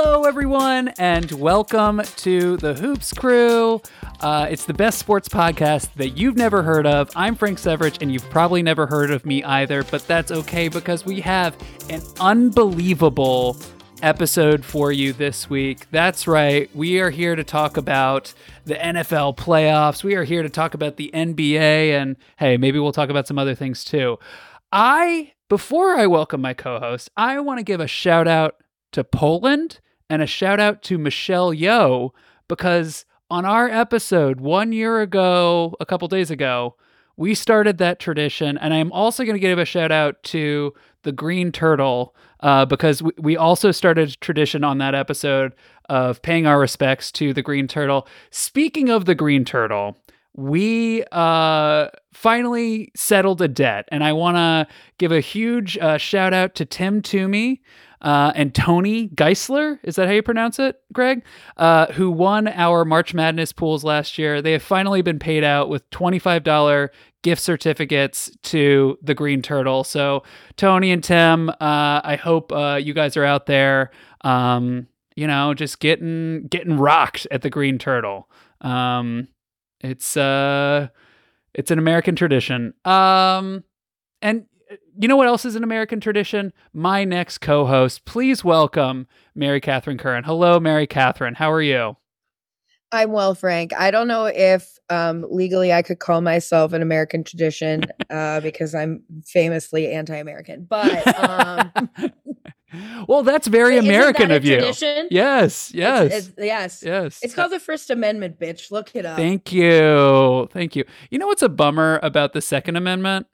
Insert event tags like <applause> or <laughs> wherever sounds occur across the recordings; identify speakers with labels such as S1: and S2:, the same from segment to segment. S1: everyone, and welcome to the Hoops Crew. Uh, it's the best sports podcast that you've never heard of. I'm Frank Severich, and you've probably never heard of me either, but that's okay because we have an unbelievable episode for you this week. That's right. We are here to talk about the NFL playoffs. We are here to talk about the NBA, and hey, maybe we'll talk about some other things too. I, before I welcome my co host, I want to give a shout out to Poland and a shout out to Michelle Yeoh because on our episode one year ago, a couple days ago, we started that tradition. And I'm also going to give a shout out to the Green Turtle uh, because we, we also started a tradition on that episode of paying our respects to the Green Turtle. Speaking of the Green Turtle, we uh, finally settled a debt. And I want to give a huge uh, shout out to Tim Toomey uh, and Tony Geisler. Is that how you pronounce it, Greg? Uh, who won our March Madness pools last year. They have finally been paid out with $25 gift certificates to the Green Turtle. So, Tony and Tim, uh, I hope uh, you guys are out there. Um, you know, just getting getting rocked at the Green Turtle. Um, it's uh it's an American tradition. Um and uh, you know what else is an American tradition? My next co-host. Please welcome Mary Catherine Curran. Hello, Mary Catherine. How are you?
S2: I'm well, Frank. I don't know if um, legally I could call myself an American
S1: <laughs>
S2: tradition uh, because I'm famously anti-American. But um,
S1: well, that's <laughs> very
S2: isn't
S1: American
S2: that a
S1: of you.
S2: Tradition?
S1: Yes, yes,
S2: It's- it's- yes.
S1: yes.
S2: It's called uh, the First Amendment, bitch. Look it up.
S1: Thank you, thank you. You know what's a bummer about the Second Amendment?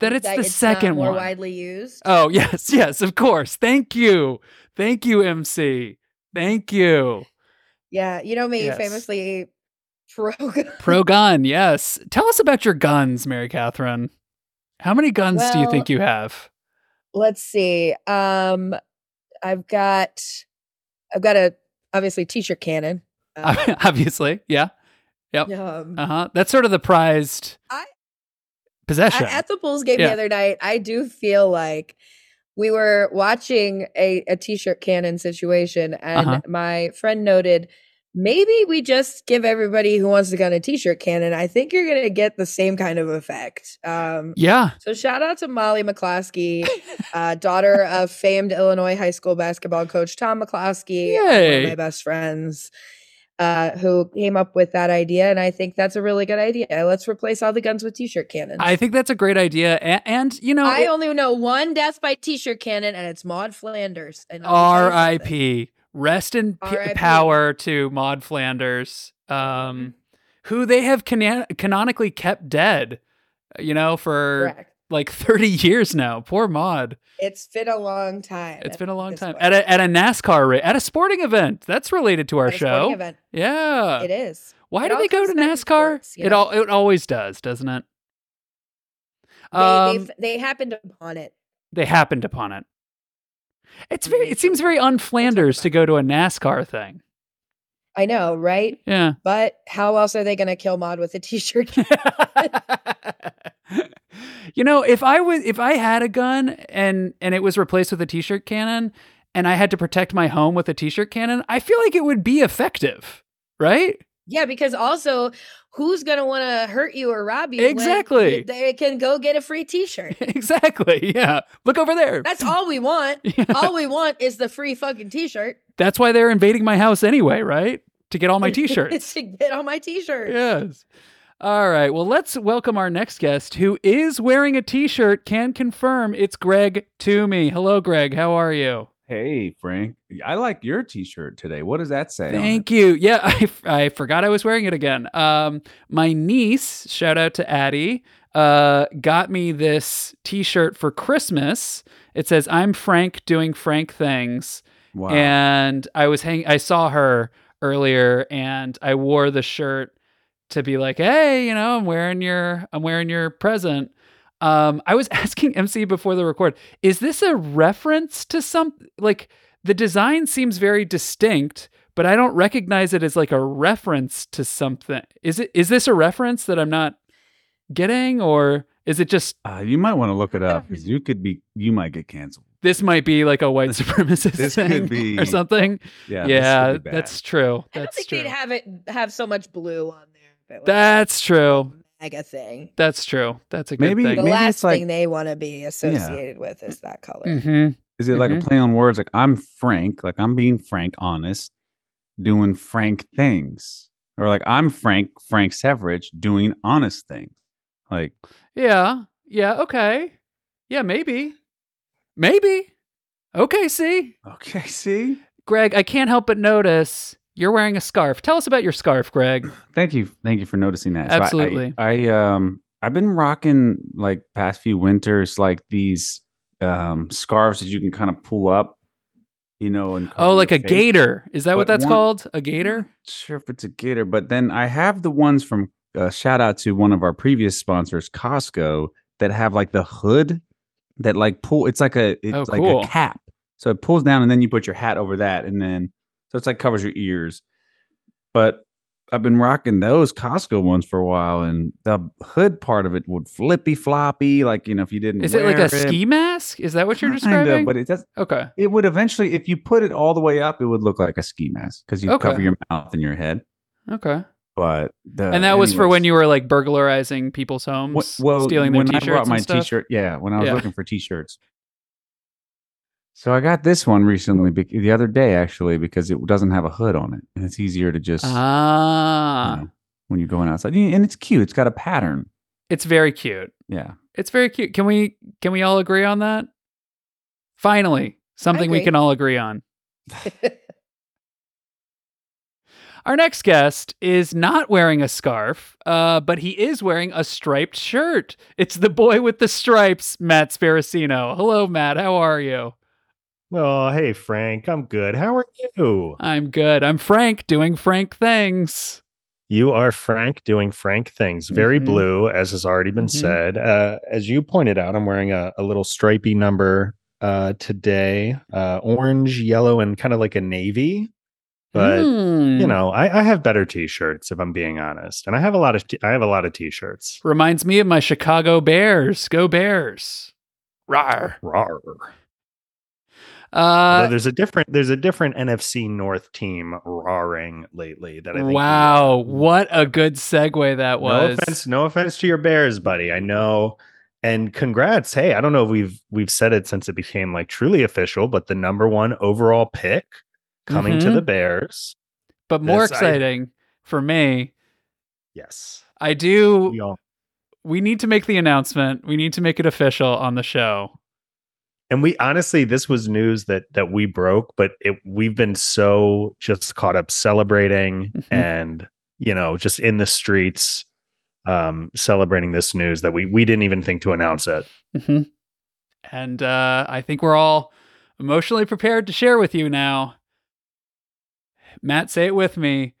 S1: That it's
S2: That
S1: the
S2: not
S1: second
S2: more
S1: one.
S2: widely used.
S1: Oh, <laughs> yes, yes, of course. Thank you. Thank you, MC. Thank you.
S2: yeah, you know me,
S1: Yes.
S2: famously pro.
S1: Pro gun, yes. Tell us about your guns, Mary Catherine. How many guns do you
S2: Well-
S1: think you have?
S2: <laughs> Let's see. Um, I've got, I've got a obviously
S1: <laughs>
S2: t-shirt cannon. Uh,
S1: Obviously, yeah.
S2: um,
S1: Uh huh. That's sort of the prized
S2: I-
S1: possession.
S2: I- at the Bulls game
S1: Yeah.
S2: the other night, I do feel like we were watching a, a t-shirt cannon situation, and
S1: Uh-huh.
S2: my friend noted, maybe we just give everybody who wants to gun a t-shirt cannon. I think you're gonna get the same kind of effect. Um,
S1: yeah.
S2: so shout out to Molly McCloskey,
S1: <laughs>
S2: uh, daughter of famed Illinois high school basketball coach Tom McCloskey, uh, one
S1: Yay.
S2: of my best friends, uh, who came up with that idea, and I think that's a really good idea. Let's replace all the guns with t-shirt cannons.
S1: I think that's a great idea. And, and you know,
S2: I
S1: it-
S2: only know one death by t-shirt cannon, and it's Maud Flanders. And I'll tell you something.
S1: R.I.P. Rest in p-
S2: R.I.P..
S1: power to Maud Flanders,
S2: Mm-hmm.
S1: um, who they have cana- canonically kept dead, you know, for
S2: Correct.
S1: like 30 years now. Poor Maud.
S2: It's been a long time.
S1: It's been a long
S2: this
S1: time.
S2: point.
S1: At a, at a NASCAR race, at a sporting event. That's related to our
S2: At a sporting
S1: show.
S2: event.
S1: Yeah.
S2: It is.
S1: Why
S2: it
S1: do
S2: all
S1: they go
S2: comes
S1: to
S2: back to
S1: NASCAR?
S2: sports, you
S1: It
S2: know?
S1: all it always does, doesn't it?
S2: They,
S1: Um,
S2: they've- they happened upon it.
S1: they happened upon it. It's
S2: The
S1: very. It
S2: nature
S1: seems
S2: of
S1: very
S2: it.
S1: unFlanders to
S2: about
S1: go to a NASCAR thing.
S2: I know, right? <laughs>
S1: Yeah.
S2: But how else are they going to kill Maud with a
S1: <laughs>
S2: t-shirt? cannon?
S1: you know, if I was if I had a gun and and it was replaced with a t-shirt cannon and I had to protect my home with a t-shirt cannon, I feel like it would be effective, right?
S2: yeah, because also, who's going to want to hurt you or rob you? when
S1: Exactly.
S2: they can go get a free t-shirt.
S1: <laughs> exactly. Yeah. Look over there.
S2: That's all we want.
S1: <laughs> Yeah.
S2: all we want is the free fucking t-shirt.
S1: That's why they're invading my house anyway, right? To get all
S2: <laughs>
S1: my t-shirts.
S2: to get on my t-shirt.
S1: yes. All right. Well, let's welcome our next guest who is wearing a t-shirt. Can confirm it's Greg Toomey. Hello Greg. How are you?
S3: Hey, Frank, I like your t-shirt today. What does that say? on it?
S1: Thank you. Yeah, <laughs> I, f- I forgot I was wearing it again. Um, my niece, shout out to Addie, uh, got me this T-shirt for Christmas. It says "I'm Frank doing Frank things,"
S3: Wow.
S1: and I was hang. I saw her earlier, and I wore the shirt to be like, "Hey, you know, I'm wearing your I'm wearing your present." Um, I was <laughs> asking MC before the record, is this a reference to some like the design seems very distinct, but I don't recognize it as like a reference to something. Is it is this a reference that I'm not getting or is it just <laughs>
S3: Uh, you might want to look it up because you could be, you might get canceled.
S1: this might be like a white supremacist
S3: <laughs> This
S1: thing
S3: could be-
S1: or something.
S3: Yeah,
S1: Yeah,
S3: this could be bad.
S1: that's true.
S2: I don't
S1: That's
S2: think
S1: true.
S2: they'd have it have so much blue on there. But like,
S1: That's true.
S2: mega thing.
S1: That's true. That's a good
S3: Maybe-
S1: thing.
S2: The
S3: maybe
S2: last
S3: it's like-
S2: thing they want to be associated with is that color.
S1: Mhm.
S3: Is it like
S1: Mhm.
S3: a play on words? Like I'm frank, like I'm being frank, honest, doing frank things, or like I'm Frank, Frank Severage, doing honest things. Like
S1: Yeah. Yeah. Okay. Yeah. Maybe. Maybe. Okay. See,
S3: okay, see,
S1: Greg, I can't help but notice you're wearing a scarf. Tell us about your scarf,
S3: <clears throat>
S1: Greg.
S3: thank you, thank you for noticing that. So I- I-
S1: Absolutely.
S3: I, um I've been rocking like past few winters, like these um scarves that you can kind of pull up, you know, and cover
S1: Oh,
S3: your
S1: like a
S3: face.
S1: gator. Is that what
S3: But
S1: that's
S3: one-
S1: called? A gator?
S3: sure if it's a gator, but then I have the ones from uh, shout out to one of our previous sponsors, Costco, that have like the hood that like pull. It's like a it's
S1: Oh,
S3: like
S1: cool.
S3: a cap, so it pulls down, and then you put your hat over that, and then so it's like covers your ears. But I've been rocking those Costco ones for a while, and the hood part of it would flippy floppy, like you know if you didn't.
S1: Is it like
S3: wear
S1: a ski mask? Is that what
S3: <laughs>
S1: you're
S3: Kinda,
S1: describing?
S3: but it does.
S1: okay.
S3: It would eventually, if you put it all the way up, it would look like a ski mask because you
S1: Okay.
S3: cover your mouth and your head
S1: Okay.
S3: but the,
S1: and that was for
S3: Uh, anyways.
S1: when you were like burglarizing people's homes,
S3: Wh- well,
S1: stealing their
S3: when
S1: t-shirts
S3: I brought my
S1: and stuff.
S3: t-shirt, yeah, when I was
S1: Yeah.
S3: looking for t-shirts. So I got this one recently, bec- the other day actually, because it doesn't have a hood on it, and it's easier to just you
S1: Ah,
S3: know, when you're going outside, Yeah, and it's cute. It's got a pattern.
S1: it's very cute.
S3: Yeah,
S1: It's very cute. Can we can we all agree on that? Finally, something we
S2: agree.
S1: can all agree on. Our next guest is not wearing a scarf, uh, but he is wearing a striped shirt. It's the boy with the stripes, Matt Sparacino. Hello, Matt. How are you?
S4: Oh, hey, Frank. I'm good. How are you?
S1: I'm good. I'm Frank, doing Frank things.
S4: You are Frank doing Frank things. Very
S1: Mhm.
S4: blue, as has already been
S1: Mhm.
S4: said. Uh, as you pointed out, I'm wearing a, a little stripy number uh, today uh, orange, yellow, and kind of like a navy. But.
S1: Hmm.
S4: You know, I, I have better T-shirts if I'm being honest, and I have a lot of t- I have a lot of T-shirts.
S1: reminds me of my Chicago Bears. Go Bears! Rawr.
S4: Rawr. Although
S1: Uh,
S4: there's a different there's a different NFC North team roaring lately that I think we, uh,
S1: wow, what a good segue that was.
S4: No offense, no offense to your Bears, buddy. I know. And congrats. Hey, I don't know if we've we've said it since it became like truly official, but the number one overall pick coming to
S1: Mhm.
S4: the Bears.
S1: but more
S4: This I-
S1: exciting for me,
S4: Yes.
S1: I do.
S4: We all
S1: We need to make the announcement. We need to make it official on the show.
S4: and we honestly this was news that that we broke but it we've been so just caught up celebrating
S1: Mhm.
S4: and you know just in the streets um celebrating this news that we we didn't even think to announce it
S1: Mhm. And uh, I think we're all emotionally prepared to share with you now. Matt, say it with me.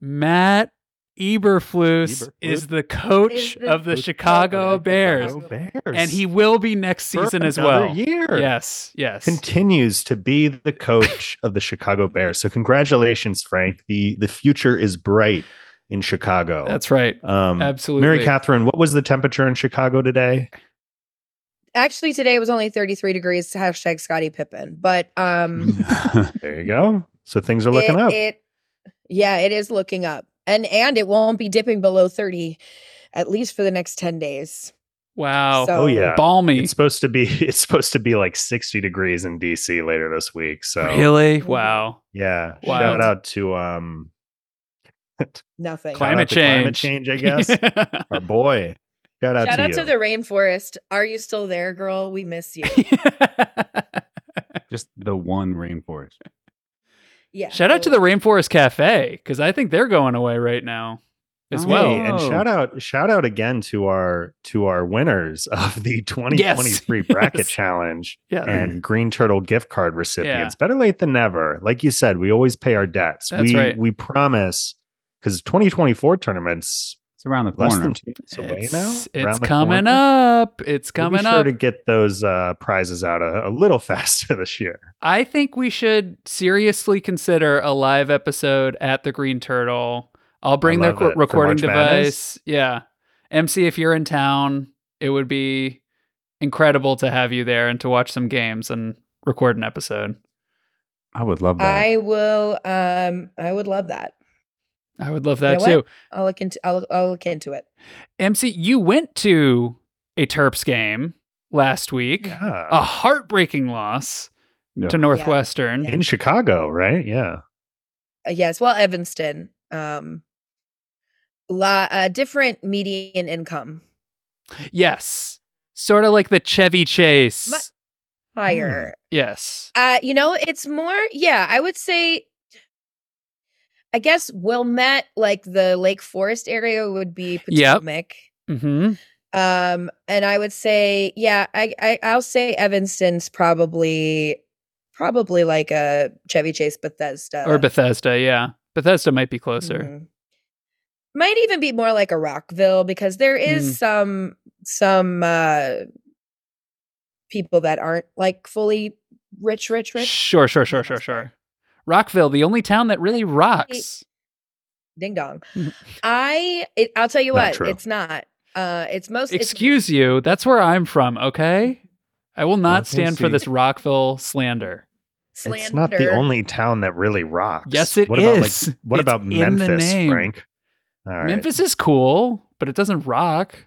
S1: Matt Eberflus,
S4: Eberflus?
S1: is the coach
S2: Is the
S1: of the
S4: coach of
S1: Chicago
S2: the
S1: Bears,
S4: Go Bears
S1: and he will be next
S4: for
S1: season as
S4: another
S1: well.
S4: year
S1: Yes, yes.
S4: continues to be
S1: <laughs>
S4: the coach of the Chicago Bears. So congratulations, Frank. The the future is bright in Chicago.
S1: That's right.
S4: um,
S1: Absolutely.
S4: Mary Catherine. What was the temperature in Chicago today?
S2: <laughs> Actually, today was only 33 degrees. Hashtag Scotty Pippen. But
S3: <laughs>
S2: um,
S4: There you go. So things are looking
S2: it,
S4: up.
S2: it- yeah, it is looking up, and and it won't be dipping below 30, at least for the next 10 days.
S1: Wow.
S2: So-
S4: oh yeah.
S1: Balmy.
S4: It's supposed to be <laughs> it's supposed to be like 60 degrees in DC later this week. So
S1: Really?
S4: Mm-hmm.
S1: Wow.
S4: yeah.
S1: Wow.
S4: Shout out to um
S2: Nothing.
S4: shout out
S1: Climate
S4: to climate
S1: change.
S4: change,
S1: <laughs>
S4: I guess. Our boy. Shout out
S2: Shout
S4: to
S2: out
S4: you.
S2: to the rainforest. Are you still there, girl? We miss you.
S3: <laughs> just the one rainforest.
S2: Yeah.
S1: <laughs> Shout out to the
S2: so-
S1: Rainforest Cafe because I think they're going away right now as
S3: Oh.
S1: well.
S4: Hey, and
S3: Oh.
S4: shout out shout out again to our to our winners of
S1: <laughs>
S4: the 2023 bracket
S1: yes. Uh,
S4: challenge
S1: Yeah.
S4: and green turtle gift card recipients. Better late than never. Like you said, we always pay our debts.
S1: That's
S4: we
S1: right.
S4: we promise cuz 2024 tournaments
S3: It's around the
S4: less
S3: corner.
S4: than 2 weeks away now.
S1: It's,
S4: around
S1: it's
S4: the
S1: coming
S4: corner.
S1: up. It's
S4: We'll
S1: coming
S4: be sure
S1: up.
S4: to get those uh, prizes out a, a little <laughs> faster this year.
S1: I think we should seriously consider a live episode at the Green Turtle. I'll bring their
S4: love
S1: co-
S4: it. For
S1: recording
S4: March
S1: device. Yeah. MC, if you're in town, it would be incredible to have you there and to watch some games and record an episode.
S3: I would love that.
S2: I will. Um, I would love that.
S1: I would love
S2: You
S1: that
S2: know
S1: too.
S2: what? I'll look into. I'll, I'll look into it.
S1: MC, you went to a Terps game last week,
S4: Yeah.
S1: a heartbreaking loss
S3: Yeah.
S1: to Northwestern.
S4: In Chicago, right? Yeah.
S2: Uh, yes. Well, Evanston. Um, la, uh, different median income
S1: Yes. Sort of like the Chevy Chase.
S2: My-
S1: Hmm.
S2: higher.
S1: yes.
S2: Uh, you know, it's more, yeah, I would say I guess Wilmette, like the Lake Forest area would be
S1: Yep.
S2: Potomac.
S1: hmm
S2: Um, and I would say, yeah, I, I I'll say Evanston's probably probably like a Chevy Chase Bethesda.
S1: or Bethesda, yeah. Bethesda might be closer.
S2: Mhm. Might even be more like a Rockville because there is
S1: Mm.
S2: some some uh people that aren't like fully rich, rich, rich.
S1: Sure, sure, sure, sure, sure. Rockville, the only town that really rocks.
S2: ding dong.
S1: Mhm.
S2: I it, I'll tell you
S4: Not
S2: what,
S4: true.
S2: it's not. Uh, it's most it's-
S1: Excuse you, that's where I'm from, okay? I will not
S4: Okay,
S1: stand for
S4: see.
S1: this Rockville slander.
S2: slander.
S4: It's not the only town that really rocks.
S1: Yes, it
S4: what About,
S1: is.
S4: like, what
S1: It's
S4: about
S1: in the
S4: Memphis,
S1: name.
S4: Frank? All right.
S1: Memphis is cool, but it doesn't rock.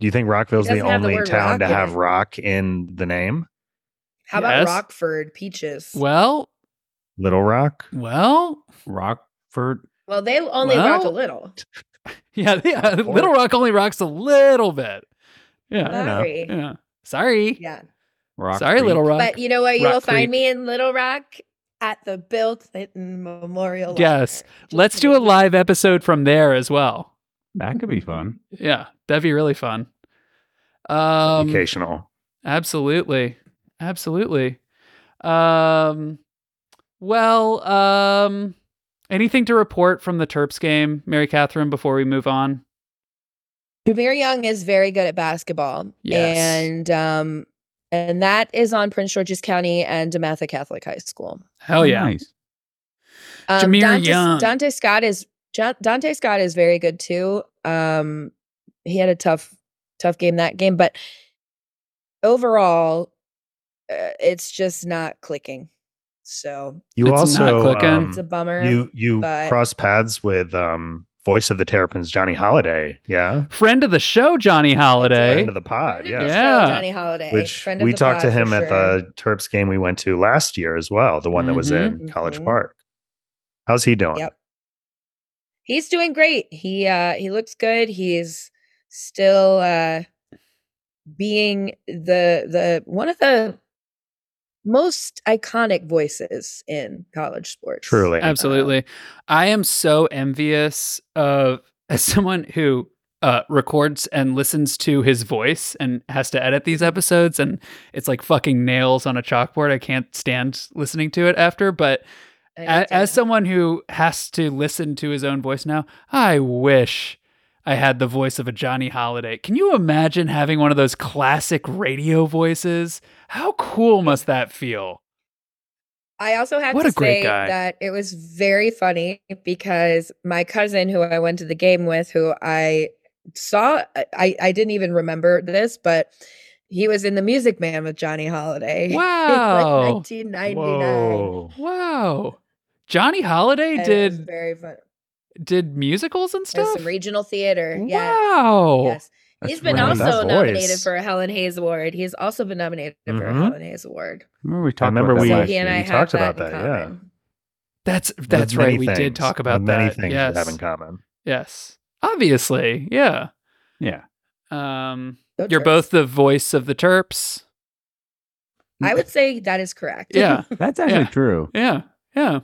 S4: Do you think Rockville's
S2: It
S4: the
S2: doesn't have the
S4: only
S2: word
S4: town to
S2: rock in
S4: have
S2: it.
S4: rock in the name?
S2: How about
S1: Yes.
S2: Rockford peaches?
S1: Well,
S2: Well,
S4: Little Rock?
S1: well,
S3: Rockford.
S2: they only rock a
S1: Well,
S2: little.
S1: <laughs> yeah, yeah.
S4: Or-
S1: Little Rock only rocks a little bit. Yeah,
S4: don't know.
S2: Sorry.
S1: yeah. Sorry,
S2: Yeah.
S3: Rock
S1: sorry,
S3: Creek.
S1: Little Rock.
S2: But you know where you
S1: Rock
S2: will
S1: Creek.
S2: find me in Little Rock at the Bill Clinton Memorial.
S1: Yes.
S2: Library. Just
S1: Let's do a
S2: kidding.
S1: live episode from there as well.
S3: That could be fun.
S1: Yeah, that'd be really fun. Um,
S4: Educational.
S1: Absolutely. Absolutely. Um well, um anything to report from the Terps game, Mary Catherine, before we move on?
S2: Jameer Young is very good at basketball.
S1: Yes.
S2: And um and that is on Prince George's County and Dematha Catholic High School.
S1: Hell Oh, yeah.
S3: Nice.
S2: Um,
S1: Jameer
S2: Dante,
S1: Young.
S2: Dante Scott is Ja- Dante Scott is very good too. Um, he had a tough, tough game that game, but overall, uh, it's just not clicking. So
S4: You
S1: It's
S4: also
S1: not clicking.
S4: um,
S2: it's a bummer.
S4: you you
S2: but-
S4: cross paths with um voice of the Terrapins, Johnny Holiday. Yeah.
S1: Friend of the show, Johnny Holiday.
S4: Friend of the pod.
S2: Friend of
S4: Yeah.
S2: the show,
S1: Yeah.
S2: Johnny Holiday,
S4: Which
S2: friend of
S4: we
S2: the
S4: talked to
S2: pod for
S4: him
S2: sure.
S4: at the Terps game we went to last year as well, the one that was in
S1: Mhm.
S4: College
S2: Mhm.
S4: Park. How's he doing?
S2: Yep. He's doing great. He uh he looks good. He's still uh being the the one of the most iconic voices in college sports.
S4: Truly.
S1: Absolutely. I am so envious of <laughs> as someone who uh, records and listens to his voice and has to edit these episodes and it's like fucking nails on a chalkboard. I can't stand listening to it after, but
S2: I
S1: as,
S2: don't
S1: as
S2: know.
S1: someone who has to listen to his own voice now, I wish I had the voice of a Johnny Holiday. Can you imagine having one of those classic radio voices? How cool must that feel?
S2: I also have
S1: What
S2: to
S1: a great
S2: say
S1: guy.
S2: that it was very funny because my cousin who I went to the game with, who I saw I- I, I didn't even remember this, but he was in the music man with Johnny Holiday. <laughs> in, like,
S1: Wow.
S2: 1999.
S4: Whoa.
S1: Wow. Johnny Holiday
S2: And it was
S1: did
S2: very fun.
S1: did musicals and
S2: It was
S1: stuff.
S2: some regional theater. Yeah.
S4: Oh,
S1: Wow.
S2: Yes.
S3: That's
S2: He's been
S3: really
S4: awesome.
S2: also
S4: That
S2: nominated
S4: voice.
S2: for a Helen Hayes Award. He's also been nominated for a
S4: Mhm.
S2: Helen Hayes Award.
S3: Remember we talked
S4: remember
S3: about
S4: we-
S3: that
S2: so
S3: last
S2: he and
S3: year.
S2: I
S4: we
S2: have
S4: talked
S2: that
S4: about
S2: in
S4: that, yeah.
S2: common.
S1: That's
S4: With
S1: that's
S4: many
S1: right. We did
S4: things-
S1: talk
S4: with
S1: about
S4: many
S1: that.
S4: things
S1: yes.
S4: you have in common.
S1: Yes. Obviously. Yeah.
S3: Yeah.
S1: Um
S2: Go
S1: you're
S2: Terps.
S1: both <laughs> the voice of the Terps.
S2: I would say that is correct.
S1: <laughs> Yeah.
S3: That's actually
S1: Yeah.
S3: true.
S1: Yeah. Yeah.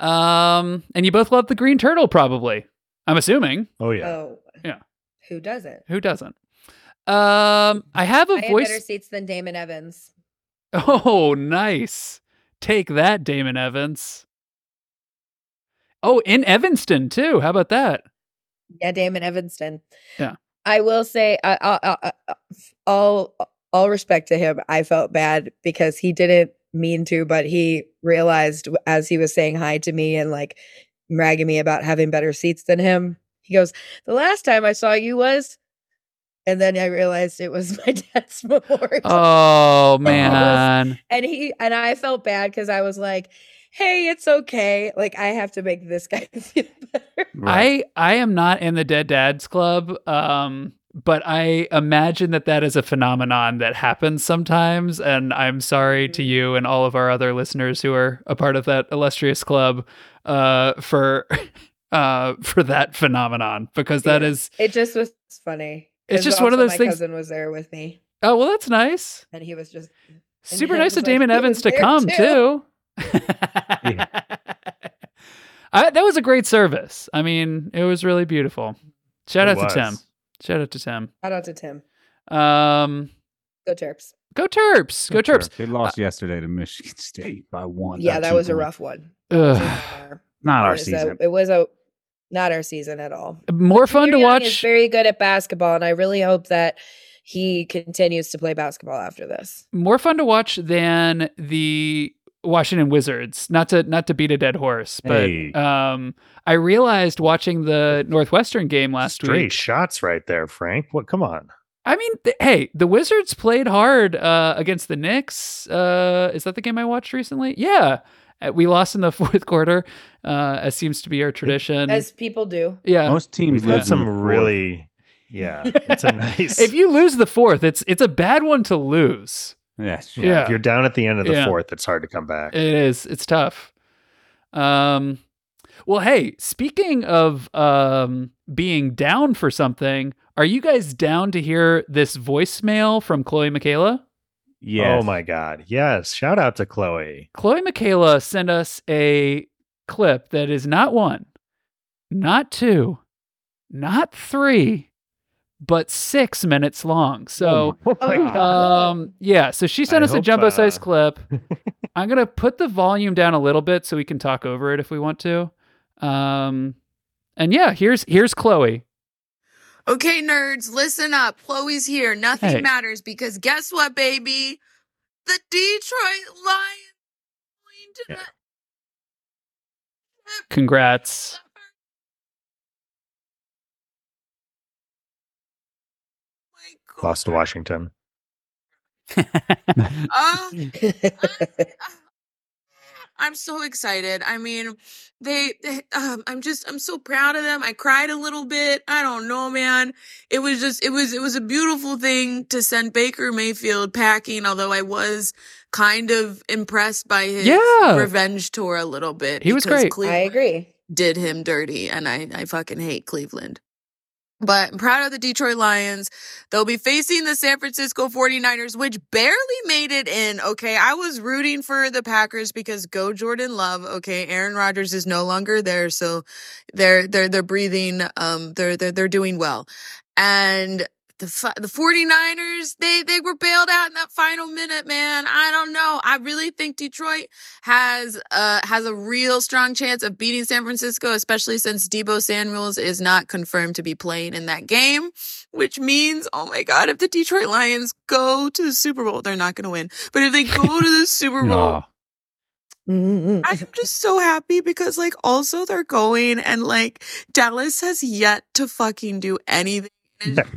S1: Um and you both love the green turtle probably. I'm assuming.
S4: Oh
S2: <laughs>
S4: yeah.
S2: Oh.
S1: Yeah.
S2: Who doesn't?
S1: Who doesn't? Um I have a
S2: I had
S1: voice
S2: better seats than Damon Evans.
S1: Oh, nice. Take that, Damon Evans. Oh, in Evanston too. How about that?
S2: Yeah, Damon Evanston.
S1: Yeah.
S2: I will say, uh, uh, uh, uh, all all respect to him. I felt bad because he didn't mean to, but he realized w- as he was saying hi to me and like ragging me about having better seats than him. He goes, "The last time I saw you was," And then I realized it was <laughs> my dad's memorial.
S1: Oh
S2: <laughs>
S1: man.
S2: And he and I felt bad because I was like, hey, it's okay. Like I have to make this guy <laughs> feel better.
S1: I I am not in the dead dads club. Um but I imagine that that is a phenomenon that happens sometimes and I'm sorry to you and all of our other listeners who are a part of that illustrious club uh for <laughs> uh for that phenomenon because that
S2: Yeah.
S1: is
S2: It just was funny.
S1: It's
S2: 'Cause
S1: just one of those
S2: also my
S1: things-
S2: cousin was there with me
S1: Oh, well that's nice.
S2: and he was just And
S1: Super
S2: I
S1: nice
S2: was
S1: of
S2: like,
S1: Damon
S2: "He
S1: Evans
S2: was
S1: to
S2: there
S1: come too.
S2: too."
S1: <laughs> I, that was a great service. I mean, it was really beautiful. Shout
S4: It
S1: out
S4: was.
S1: to Tim. Shout out to Tim.
S2: shout out to Tim.
S1: Um,
S2: Go Terps.
S1: go Terps. Go Terps.
S3: They lost yesterday to Michigan <laughs> State by one.
S2: yeah,
S3: by
S2: that
S3: two
S2: was a
S3: points.
S2: rough
S3: <sighs>
S2: one.
S1: Ugh.
S2: Not
S3: Not our season.
S2: it was a not our season at all.
S1: More fun to
S2: Peter Young Is
S1: watch.
S2: very good at basketball, and I really hope that he continues to play basketball after this.
S1: More fun to watch than the Washington Wizards. Not to not to beat a dead horse, but
S3: Hey.
S1: um, I realized watching the Northwestern game last
S4: Stray
S1: week.
S4: shots right there, Frank. What? Come on.
S1: I mean, th- hey, the Wizards played hard uh, against the Knicks. Uh, is that the game I watched recently? Yeah, Uh, we lost in the <laughs> fourth quarter, uh, as seems to be our tradition.
S2: As people do.
S1: yeah,
S3: Most teams lose in
S4: We've had
S3: the
S4: some
S3: fourth.
S4: really. Yeah,
S1: <laughs>
S4: it's a nice.
S1: if you lose the fourth, it's it's a bad one to lose.
S3: Yeah,
S4: yeah, if you're down at the end of the
S1: Yeah.
S4: fourth, it's hard to come back.
S1: It is. It's tough. Um, well, hey, speaking of um being down for something, are you guys down to hear this voicemail from Chloe Michaela?
S3: Yes.
S4: Oh my God. Yes. Shout out to Chloe.
S1: Chloe Michaela sent us a clip that is not one, not two, not three, but six minutes long. So,
S3: Oh my-
S2: Oh,
S1: um, yeah. So she sent
S4: I
S1: us a
S4: hope,
S1: jumbo sized
S4: uh, <laughs>
S1: clip. I'm gonna put the volume down a little bit so we can talk over it if we want to. Um, and yeah, here's here's Chloe.
S5: Okay, nerds, listen up. Chloe's here. Nothing
S1: Hey.
S5: matters because guess what, baby? The Detroit Lions going to
S4: Yeah.
S5: the-
S1: Congrats. <laughs>
S5: My God.
S4: Lost to Washington.
S5: Oh,
S2: <laughs>
S5: I'm so excited. I mean, they, they- um, I'm just, I'm so proud of them. I cried a little bit. I don't know, man. It was just, it was, it was a beautiful thing to send Baker Mayfield packing, although I was kind of impressed by his
S1: Yeah.
S5: revenge tour a little bit.
S1: He was
S5: because
S1: great.
S2: I
S5: Cleveland
S2: agree.
S5: did him dirty, and I, I fucking hate Cleveland. But I'm proud of the Detroit Lions. They'll be facing the San Francisco 49ers, which barely made it in. Okay. I was rooting for the Packers because go Jordan Love. Okay. Aaron Rodgers is no longer there. So they're, they're, they're breathing. Um, they're, they're, they're doing well. And the, fi- the 49ers, they, they were bailed out in that final minute, man. I don't know. I really think Detroit has uh has a real strong chance of beating San Francisco, especially since Debo Samuels is not confirmed to be playing in that game, which means, oh my god, if the Detroit Lions go to the Super Bowl, they're not gonna win. But if they go to the
S1: <laughs>
S5: Super
S2: <laughs>
S5: Bowl,
S3: Aw.
S2: Mm, mm, mm.
S4: <laughs>
S5: I'm just so happy because like also they're going and like Dallas has yet to fucking do anything. And it's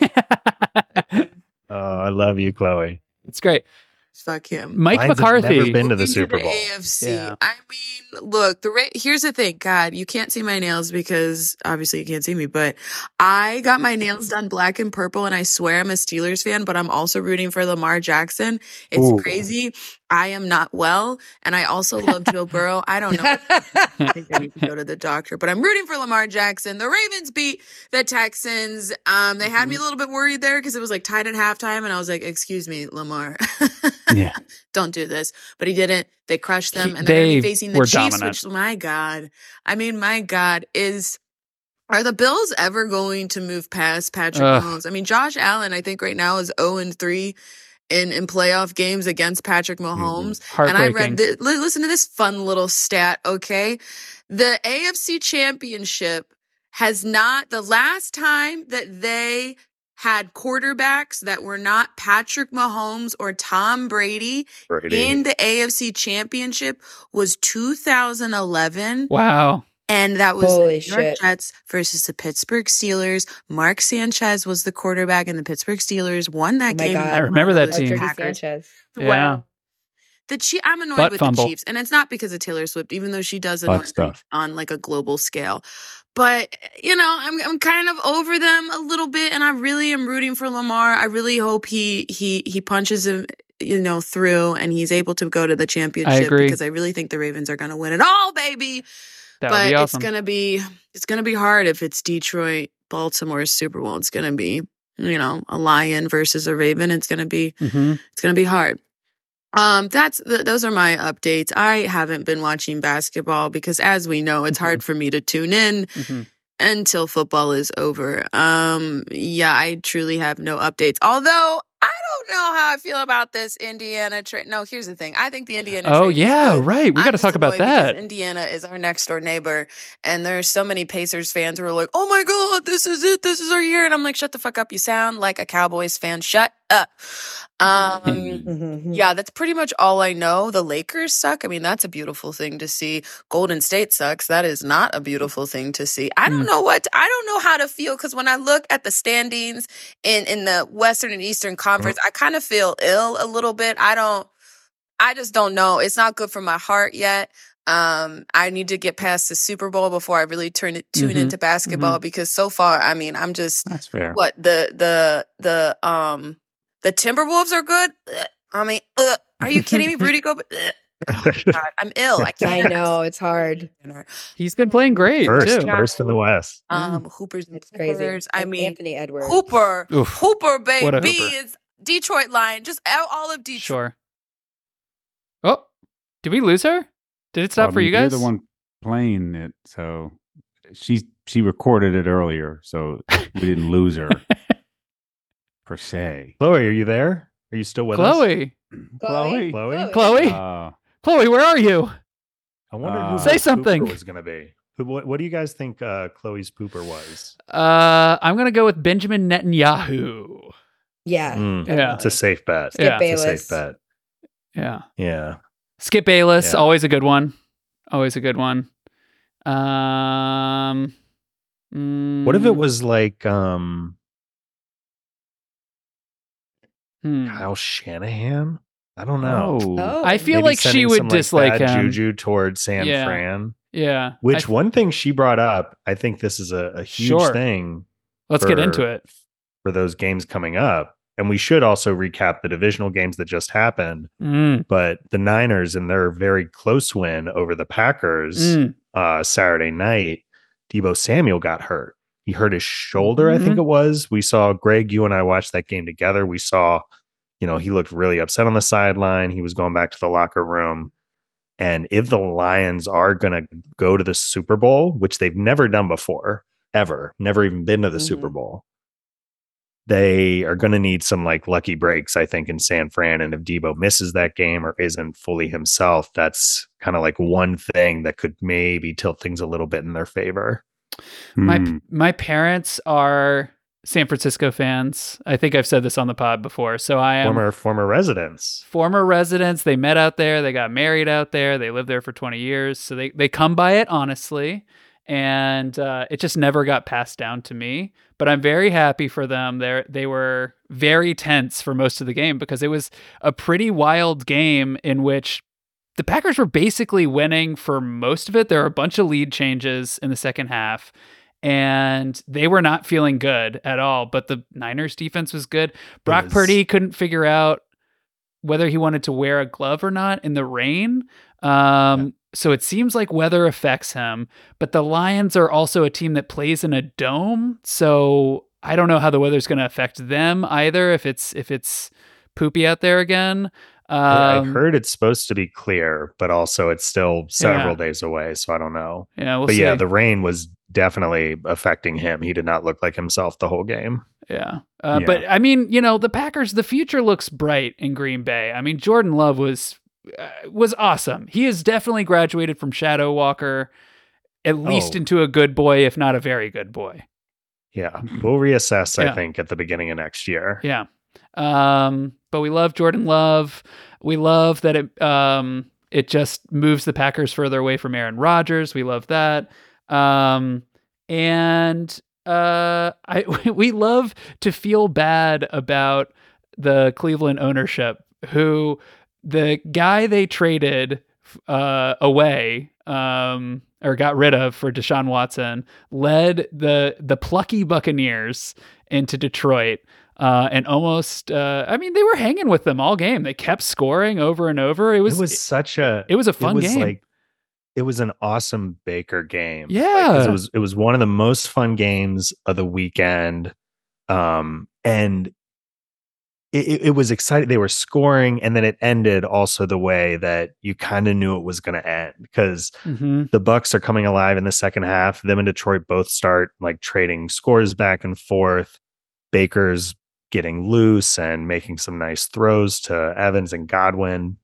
S3: Mm-hmm.
S4: <laughs> Oh, I love you, Chloe.
S1: it's great.
S5: Fuck him.
S1: Mike
S4: Lions have
S1: McCarthy.
S4: never been- to the
S5: Moving
S4: Super Bowl.
S5: AFC.
S1: Yeah.
S5: I mean, look, the ra- here's the thing. God, you can't see my nails because obviously you can't see me, but I got my nails done black and purple, and I swear I'm a Steelers fan, but I'm also rooting for Lamar Jackson. It's
S4: Ooh.
S5: crazy. I am not well, and I also love Joe Burrow. I
S4: <laughs>
S5: don't know. I <laughs> think I need to go to the doctor, but I'm rooting for Lamar Jackson. The Ravens beat the Texans. Um, they
S1: Mm-hmm.
S5: had me a little bit worried there because it was like tied at halftime, and I was like, "Excuse me, Lamar,
S3: Yeah.
S5: <laughs> don't do this." But he didn't. They crushed them,
S1: He-
S5: and they're gonna
S1: they
S5: be facing the
S1: were
S5: Chiefs.
S1: dominant.
S5: Which, my God, I mean, my God, is are the Bills ever going to move past Patrick
S1: Ugh.
S5: Mahomes? I mean, Josh Allen, I think right now is zero and three in in playoff games against Patrick
S1: Mm-hmm.
S5: Mahomes. And
S1: <laughs>
S5: I
S1: Heartbreaking.
S5: read the, li- listen to this fun little stat, okay? The AFC Championship has not the last time that they had quarterbacks that were not Patrick Mahomes or Tom Brady
S4: Brady.
S5: in the AFC Championship was 2011
S1: wow.
S5: And that was
S2: Holy
S5: the New York
S2: shit.
S5: Jets versus the Pittsburgh Steelers. Mark Sanchez was the quarterback, and the Pittsburgh Steelers won that
S2: Oh my
S5: game.
S2: God. I
S1: remember that
S5: It was
S1: team.
S5: the
S2: Dirty
S5: Packers.
S2: Sanchez.
S1: Yeah.
S5: The Chief, I'm annoyed
S1: Butt
S5: with
S1: fumble.
S5: the Chiefs, and it's not because of Taylor Swift, even though she does annoy
S3: Fuck
S5: me
S3: stuff.
S5: on like a global scale. But you know, I'm I'm kind of over them a little bit, and I really am rooting for Lamar. I really hope he he he punches him, you know, through, and he's able to go to the championship.
S1: agree.
S5: because I really think the Ravens are going to win it all, baby.
S1: That
S5: but
S1: would be awesome.
S5: it's gonna be it's gonna be hard if it's Detroit, Baltimore's Super Bowl. It's gonna be you know a lion versus a raven. It's gonna be
S4: Mm-hmm,
S1: Mhm.
S5: it's gonna be hard. Um, that's th- those are my updates. I haven't been watching basketball because, as we know, it's
S1: Mm-hmm.
S5: hard for me to tune in
S4: mm-hmm.
S1: Mhm.
S5: until football is over. Um, yeah, I truly have no updates. Although I don't know how I feel about this Indiana trade. No, here's the thing. I think the Indiana.
S1: Oh
S5: trade is
S1: yeah,
S5: good.
S1: right. We got
S5: I'm
S1: to
S5: just
S1: talk about
S5: annoyed because
S1: that.
S5: Indiana is our next door neighbor, and there's so many Pacers fans who are like, "Oh my god, this is it, this is our year," and I'm like, "Shut the fuck up! You sound like a Cowboys fan. Shut
S1: <laughs>
S5: up." Um,
S2: Mhm.
S5: yeah, that's pretty much all I know. The Lakers suck. I mean, that's a beautiful thing to see. Golden State sucks. That is not a beautiful thing to see. I don't
S1: Mm.
S5: know what I don't know how to feel because when I look at the standings in in the Western and Eastern Conference, I kind of feel ill a little bit. I don't. I just don't know. It's not good for my heart yet. Um, I need to get past the Super Bowl before I really turn it, tune
S1: Mhm.
S5: into basketball because so far, I mean, I'm just
S3: That's fair.
S5: what the the the um the Timberwolves are good. Ugh. I mean, ugh. are you
S1: <laughs>
S5: kidding me, Rudy Gobert? Ugh. God, I'm ill. I
S2: I
S5: <laughs> can't.
S2: know it's hard.
S1: He's been playing great
S4: First,
S1: too.
S4: first in the West.
S5: Um, Hoopers and
S2: It's crazy.
S5: Clippers. I
S2: And
S5: mean,
S2: Anthony Edwards.
S5: Hooper,
S1: Oof.
S5: Hooper,
S1: What a
S5: baby,
S1: Hooper.
S5: is Detroit Lion. Just all all of Detroit.
S1: Sure. Oh, did we lose her? Did it stop
S3: Well,
S1: for you guys?
S3: Um, You're the one playing it, so she she recorded it earlier, so we didn't lose
S1: <laughs>
S3: her per se.
S4: Chloe, are you there? Are you still with us?
S1: Chloe.
S2: Chloe.
S4: Chloe?
S1: Chloe.
S3: Uh,
S1: Chloe, where are you?
S4: I wonder
S3: Uh,
S4: who
S3: Say
S4: Hooper
S1: something.
S4: was going to be. Who, what, what do you guys think uh, Chloe's pooper was?
S1: Uh, I'm gonna go with Benjamin Netanyahu. Uh,
S2: Yeah.
S4: Mm,
S1: Yeah.
S4: It's a safe bet.
S2: Skip
S1: Yeah.
S4: It's a
S2: Bayless.
S4: safe bet.
S1: Yeah.
S4: Yeah.
S1: Skip Bayless,
S4: Yeah.
S1: always a good one. Always a good one. Um.
S4: What if it
S1: mm,
S4: was like um
S1: hmm.
S4: Kyle Shanahan? I don't know.
S3: no.
S2: Oh,
S1: I feel
S4: Maybe
S1: like she
S4: sending
S1: would
S4: some,
S1: dislike
S4: bad
S1: him.
S4: Juju towards San
S1: Yeah.
S4: Fran.
S1: Yeah. I
S4: Which
S1: th-
S4: one thing she brought up, I think this is a, a huge
S1: Sure.
S4: thing
S1: Let's get into
S4: for-
S1: it.
S4: for those games coming up. And we should also recap the divisional games that just happened.
S1: Mm,
S4: But the Niners and their very close win over the Packers
S1: mm.
S4: uh, Saturday night, Debo Samuel got hurt. He hurt his shoulder, I think it was. We saw Greg, you and I watched that game together. We saw, you know, he looked really upset on the sideline. He was going back to the locker room. And if the Lions are going to go to the Super Bowl, which they've never done before, ever, never even been to the Super
S1: Mm-hmm.
S2: Mhm.
S4: Bowl, they are going to need some like lucky breaks, I think, in San Fran. And if Debo misses that game or isn't fully himself, that's kind of like one thing that could maybe tilt things a little bit in their favor.
S1: My
S3: hmm.
S1: my parents are San Francisco fans. I think I've said this on the pod before. So I am
S4: Former former residents.
S1: former residents. They met out there. They got married out there. They lived there for 20 years. So they, they come by it honestly. And uh, it just never got passed down to me. But I'm very happy for them. They they were very tense for most of the game because it was a pretty wild game in which the Packers were basically winning for most of it. There were a bunch of lead changes in the second half. And they were not feeling good at all, but the Niners defense was good. Brock
S4: was-
S1: Purdy couldn't figure out whether he wanted to wear a glove or not in the rain. Um, So it seems like weather affects him, but the Lions are also a team that plays in a dome. So I don't know how the weather's going to affect them either. If it's if it's poopy out there again, um,
S4: I- I heard it's supposed to be clear, but also it's still several
S1: Yeah.
S4: days away, so I don't know.
S1: yeah, we'll
S4: but
S1: see.
S4: yeah, the rain was definitely affecting him. He did not look like himself the whole game.
S1: Yeah. Uh,
S3: Yeah.
S1: But I mean, you know, the Packers, the future looks bright in Green Bay. I mean, Jordan Love was uh, was awesome. He has definitely graduated from Shadow Walker, at least
S4: Oh.
S1: into a good boy, if not a very good boy.
S4: Yeah. We'll reassess,
S1: Mm-hmm. Yeah.
S4: I think, at the beginning of next year.
S1: Yeah. Um, but we love Jordan Love. We love that it um it just moves the Packers further away from Aaron Rodgers. We love that. Um, and uh, I <laughs> we love to feel bad about the Cleveland ownership, who the guy they traded uh, away um, or got rid of for Deshaun Watson led the the plucky Buccaneers into Detroit. Uh, and almost, uh, I mean, they were hanging with them all game. They kept scoring over and over. It
S4: It was,
S1: was
S4: such a
S1: it was a fun game.
S4: like it was an awesome Baker game. Like, 'cause
S1: Yeah.
S4: it was it was one of the most fun games of the weekend. Um and it, it- it was exciting. They were scoring, and then it ended also the way that you kind of knew it was going to end because
S1: Mhm.
S4: the Bucks are coming alive in the second half. Them and Detroit both start like trading scores back and forth. Baker's getting loose and making some nice throws to Evans and Godwin.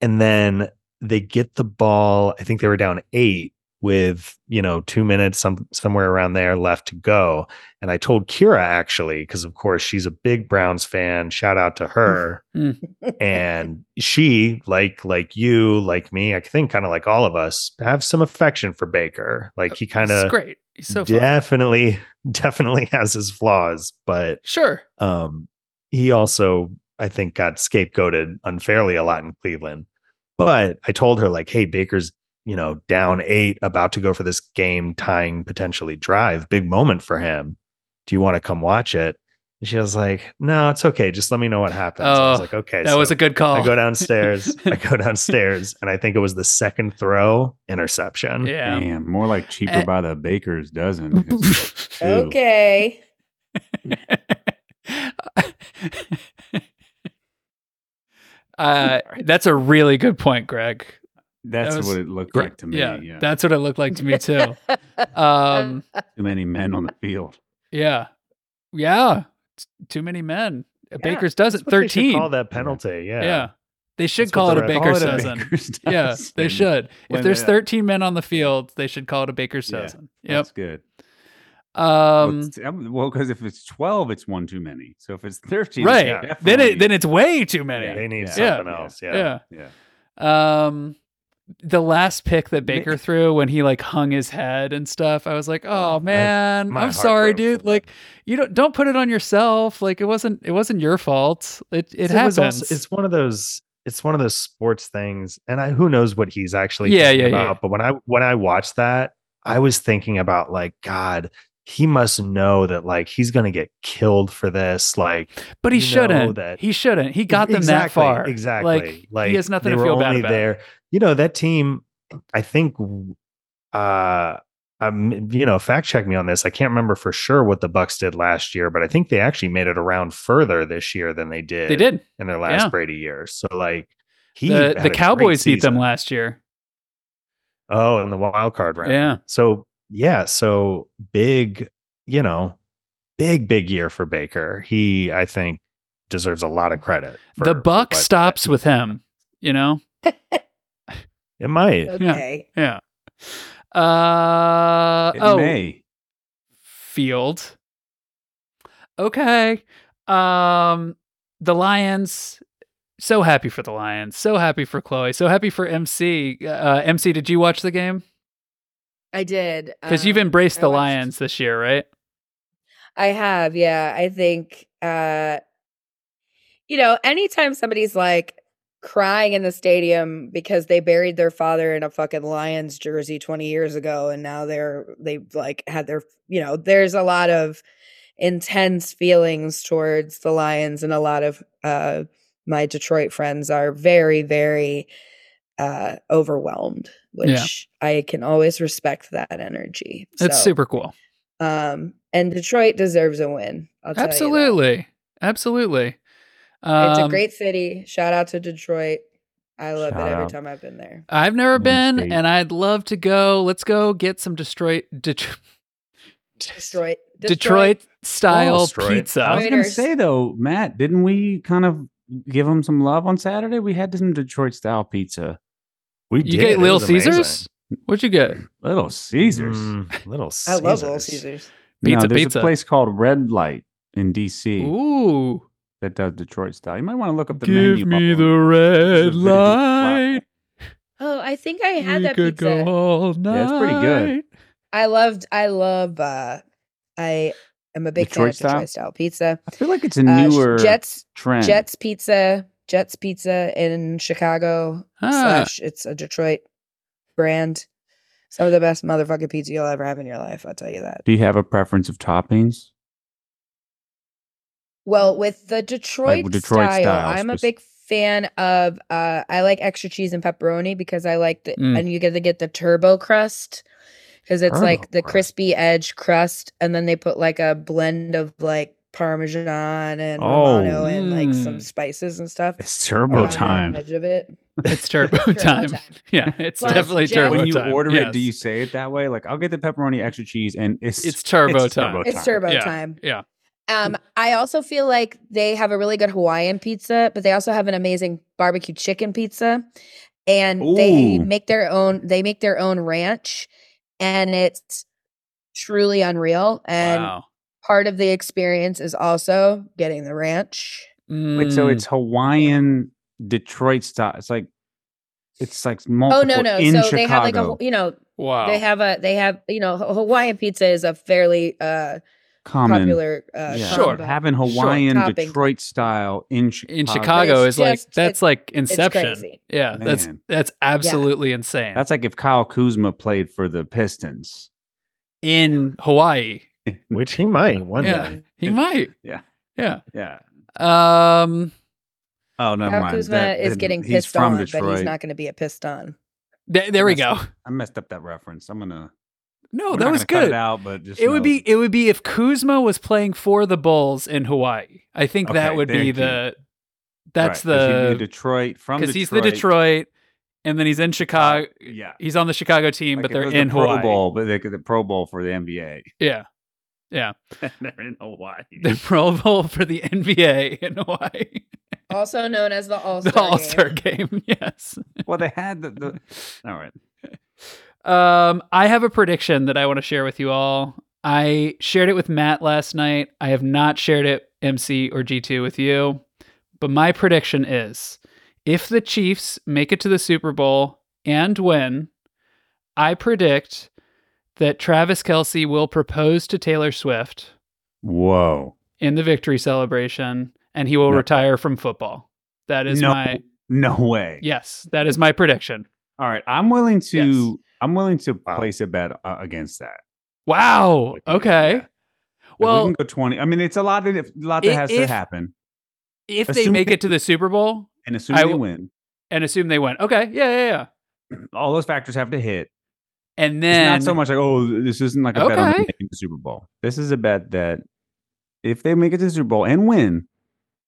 S4: And then they get the ball. I think they were down 8 with, you know, 2 minutes some somewhere around there left to go. And I told Kira actually because of course she's a big Browns fan. Shout out to her and she like like you like me i think kind of like all of us have some affection for baker like he kind
S1: It's
S4: of
S1: great. He's so fun.
S4: definitely definitely has his flaws but
S1: Sure.
S4: um he also i think got scapegoated unfairly a lot in cleveland but i told her like hey baker's you know down eight about to go for this game tying potentially drive big moment for him do you want to come watch it and she was like no it's okay just let me know what happens i was
S1: Oh,
S4: like okay
S1: That
S4: so
S1: was a good call.
S4: I go downstairs.
S1: <laughs>
S4: I go downstairs, and I think it was the second throw interception.
S1: Yeah.
S4: <laughs>
S3: <laughs> Damn, more like cheaper
S1: Eh.
S3: by the
S1: <laughs>
S3: baker's dozen. It's like two.
S2: Okay.
S1: <laughs> uh, that's a really good point, Greg.
S3: That's
S1: That was
S3: what it looked
S4: great.
S3: like to me.
S1: yeah,
S3: Yeah,
S1: that's what it looked like to me
S4: <laughs>
S1: too. um,
S3: too many men on the field.
S1: yeah, yeah. T- too many men. Baker's does it.
S4: That's what they should
S1: Thirteen.
S4: Call that penalty. Yeah.
S1: yeah. they should
S4: That's what
S1: call it
S4: the
S1: a
S4: ref-
S1: Baker's
S4: call it a
S3: <laughs>
S1: dozen.
S3: Baker's
S1: Yeah,
S3: dozen.
S1: they should. If
S3: When
S1: there's
S3: they- uh,
S1: 13 men on the field, they should call it a Baker's
S3: Yeah,
S1: dozen. Yep.
S3: That's good.
S1: Um,
S3: well, because if it's twelve, it's one too many. So if it's thirteen,
S1: right.
S3: yeah,
S1: Then it
S3: definitely-
S1: then it's way too
S4: Yeah,
S1: many.
S4: They need
S3: Yeah.
S4: something
S3: Yeah.
S4: else. Yeah.
S1: Yeah.
S3: yeah.
S1: Um, the last pick that Baker threw when he like hung his head and stuff, I was like, "Oh man,
S4: my
S1: I'm
S4: heart
S1: sorry,
S4: broke for
S1: dude.
S4: that.
S1: Like, you don't don't put it on yourself. Like, it wasn't it wasn't your fault. It it
S4: was
S1: happens.
S4: also- it's one of those. It's one of those sports things, and I who knows what he's actually
S1: Yeah,
S4: thinking
S1: yeah, yeah.
S4: about. But when I when I watched that, I was thinking about like God. He must know that like he's gonna get killed for this. Like
S1: but he
S4: you know
S1: shouldn't.
S4: that-
S1: he shouldn't. He got them that
S4: Exactly,
S1: far.
S4: Exactly.
S1: Like, he has nothing
S4: they
S1: to
S4: were
S1: feel bad
S4: only
S1: about.
S4: There, you know that team. I think, uh, um, you know, fact check me on this. I can't remember for sure what the Bucks did last year, but I think they actually made it around further this year than they did.
S1: They did.
S4: in their last
S1: yeah.
S4: Brady year. So like, he
S1: The
S4: had a
S1: the
S4: great
S1: Cowboys beat them
S4: season.
S1: last year.
S4: Oh, in the wild card round.
S1: Yeah.
S4: So yeah, so big, you know, big big year for Baker. He, I think, deserves a lot of credit. For,
S1: the
S4: for
S1: buck
S4: what-
S1: stops with him. You know.
S4: It might.
S2: Okay.
S1: Yeah. Uh
S3: It
S1: oh.
S3: may.
S1: field. Okay. Um the Lions so happy for the Lions. So happy for Chloe. So happy for MC. Uh, MC, did you watch the game?
S2: I did.
S1: Because you've
S2: um,
S1: embraced
S2: I
S1: the
S2: watched-
S1: Lions this year, right?
S2: I have, yeah. I think uh you know, anytime somebody's like crying in the stadium because they buried their father in a fucking Lions jersey 20 years ago and now they're they've like had their, you know, there's a lot of intense feelings towards the Lions and a lot of uh my Detroit friends are very very uh overwhelmed,
S1: Yeah.
S2: which I can always respect that energy.
S1: It's
S2: So-
S1: super cool.
S2: um, and Detroit deserves a win. I'll tell you that.
S1: Absolutely. Absolutely.
S2: it's a
S1: Um,
S2: great city. Shout out to Detroit. I love
S3: Shout
S2: it every
S3: out.
S2: time I've been there.
S1: I've never
S3: Mm,
S1: been,
S3: state.
S1: and I'd love to go. Let's go get some Detroit Detroit,
S2: Detroit,
S1: Detroit style
S4: Oh, Detroit.
S3: I was
S1: pizza.
S3: going to
S2: Raiders.
S3: say though, Matt, didn't we kind of give them some love on Saturday? We had some Detroit style pizza,
S4: We
S1: You get
S4: It
S1: Little
S4: was amazing.
S1: Caesars? What'd you get?
S3: Little Caesars.
S4: Mm,
S2: <laughs>
S4: little
S2: I
S4: Caesars.
S2: love Little Caesars.
S1: Pizza,
S3: no, there's
S1: pizza.
S3: a place called Red Light in D.C.
S1: Ooh.
S3: that does Detroit style. You might want to look up the menu.
S1: Give me
S3: Bubba.
S1: the
S3: There's a
S1: red
S3: video
S1: light.
S3: light.
S2: Oh, I think I
S1: we
S2: had that
S1: could
S2: pizza.
S1: go all night.
S3: Yeah, it's pretty good.
S2: I loved. I love. uh I am a big
S3: Detroit
S2: fan of
S3: style?
S2: Detroit style pizza.
S3: I feel like it's a
S2: Uh,
S3: newer
S2: Jets
S3: trend.
S2: Jets Pizza. Jets Pizza in Chicago.
S1: Ah,
S2: Slash, it's a Detroit brand. Some of the best motherfucking pizza you'll ever have in your life. I'll tell you that.
S3: Do you have a preference of toppings?
S2: Well, with the Detroit,
S3: Detroit
S2: style,
S3: style
S2: I'm a
S3: spec-
S2: big fan of. Uh, I like extra cheese and pepperoni because I like the
S1: Mm.
S2: and you get to get the turbo crust because
S3: Oh,
S2: it's like
S4: Turbo
S2: the
S4: crust.
S2: crispy edge crust, and then they put like a blend of like parmesan and
S3: Oh.
S2: Romano and like some
S1: Mm.
S2: spices and stuff.
S3: It's turbo
S2: around the
S3: time.
S2: Edge of it.
S1: <laughs> it's turbo
S2: Turbo
S1: time.
S2: time.
S1: <laughs> Yeah, it's
S2: Slash
S1: definitely
S2: Jack-
S1: turbo
S3: When you
S1: time.
S3: order
S1: Yes.
S3: it, do you say it that way? Like, I'll get the pepperoni extra cheese, and <laughs> it's
S1: It's turbo
S4: It's
S1: time.
S4: turbo
S2: It's
S4: time.
S2: turbo
S1: Yeah.
S2: time.
S1: Yeah.
S2: Um, I also feel like they have a really good Hawaiian pizza, but they also have an amazing barbecue chicken pizza, and they
S3: Ooh.
S2: make their own. They make their own ranch, and it's truly unreal. And
S1: Wow.
S2: part of the experience is also getting the ranch.
S3: Wait, so
S1: Mm.
S3: it's Hawaiian Detroit style. It's like it's like multiple
S2: oh no, no!
S3: in
S2: so
S3: Chicago.
S2: they have like a you know
S1: wow.
S2: they have a they have you know Ha- Hawaiian pizza is a fairly uh
S3: common.
S2: popular uh,
S3: yeah.
S1: Sure.
S2: combo.
S3: having Hawaiian
S2: topping.
S3: Detroit style in Chicago.
S1: in Chicago
S2: It's
S1: is like
S2: just-
S1: that's
S2: it's-
S1: like inception.
S2: crazy.
S1: Yeah, that's
S3: Man.
S1: that's absolutely insane.
S3: That's like if Kyle Kuzma played for the Pistons.
S1: in Hawaii.
S4: which he might one
S1: Yeah.
S4: day.
S1: He might.
S3: Yeah.
S1: Yeah.
S3: <laughs> Yeah.
S1: Um
S3: Oh no,
S2: Kyle
S3: mind.
S2: Kuzma
S3: That-
S2: is
S3: that-
S2: getting
S3: he's
S2: pissed
S3: from
S2: on,
S3: Detroit.
S2: but he's not going to be a pissed on.
S1: th- there we go.
S3: That's- I messed up that reference. I'm gonna.
S1: No,
S3: we're
S1: Oh, that
S3: not
S1: was
S3: gonna cut
S1: good.
S3: it out, but just
S1: It would
S3: know-
S1: be it would be if Kuzma was playing for the Bulls in Hawaii. I think that
S3: Okay,
S1: would be
S3: thank you.
S1: the that's
S3: Right, 'cause he'd be
S1: the
S3: Detroit from
S1: because
S3: because
S1: he's the Detroit and then he's in Chicago.
S3: yeah,
S1: He's on the Chicago team,
S3: Like
S1: but
S3: if it
S1: they're
S3: was
S1: in
S3: the Pro
S1: Hawaii.
S3: Bowl, but they could the Pro Bowl for the NBA.
S1: Yeah,
S3: <laughs> they're in Hawaii.
S1: <laughs> <laughs> the Pro Bowl for the NBA in Hawaii, <laughs>
S2: also known as <laughs> the All
S1: the All Star
S2: Star.
S1: game. <laughs> Yes.
S3: well, they had
S1: <laughs>
S3: the, the all right.
S1: Um, I have a prediction that I want to share with you all. I shared it with Matt last night. I have not shared it MC or G2 with you. But my prediction is if the Chiefs make it to the Super Bowl and win, I predict that Travis Kelsey will propose to Taylor Swift
S3: Whoa.
S1: in the victory celebration and he will
S3: No.
S1: retire from football. That is
S3: no,
S1: my
S3: no way.
S1: yes, that is my prediction.
S3: All right. I'm willing to.
S1: Yes.
S3: I'm willing to
S4: Wow.
S3: place a bet uh, against that.
S1: Wow.
S3: Like,
S1: Okay.
S3: yeah.
S1: Well,
S3: Well, we can go twenty. I mean, it's a lot. That, a lot that
S1: I-
S3: has
S1: if-
S3: to happen.
S1: if they
S3: Assuming-
S1: make it to the Super Bowl
S3: And assume
S1: I
S3: they
S1: w-
S3: win, <clears throat>
S1: and assume they win, okay, yeah, yeah, yeah.
S3: all those factors have to hit.
S1: And
S3: It's
S1: then
S3: not so much like, oh, this isn't like a bet on them
S1: Okay.
S3: making the Super Bowl. This is a bet that if they make it to the Super Bowl and win,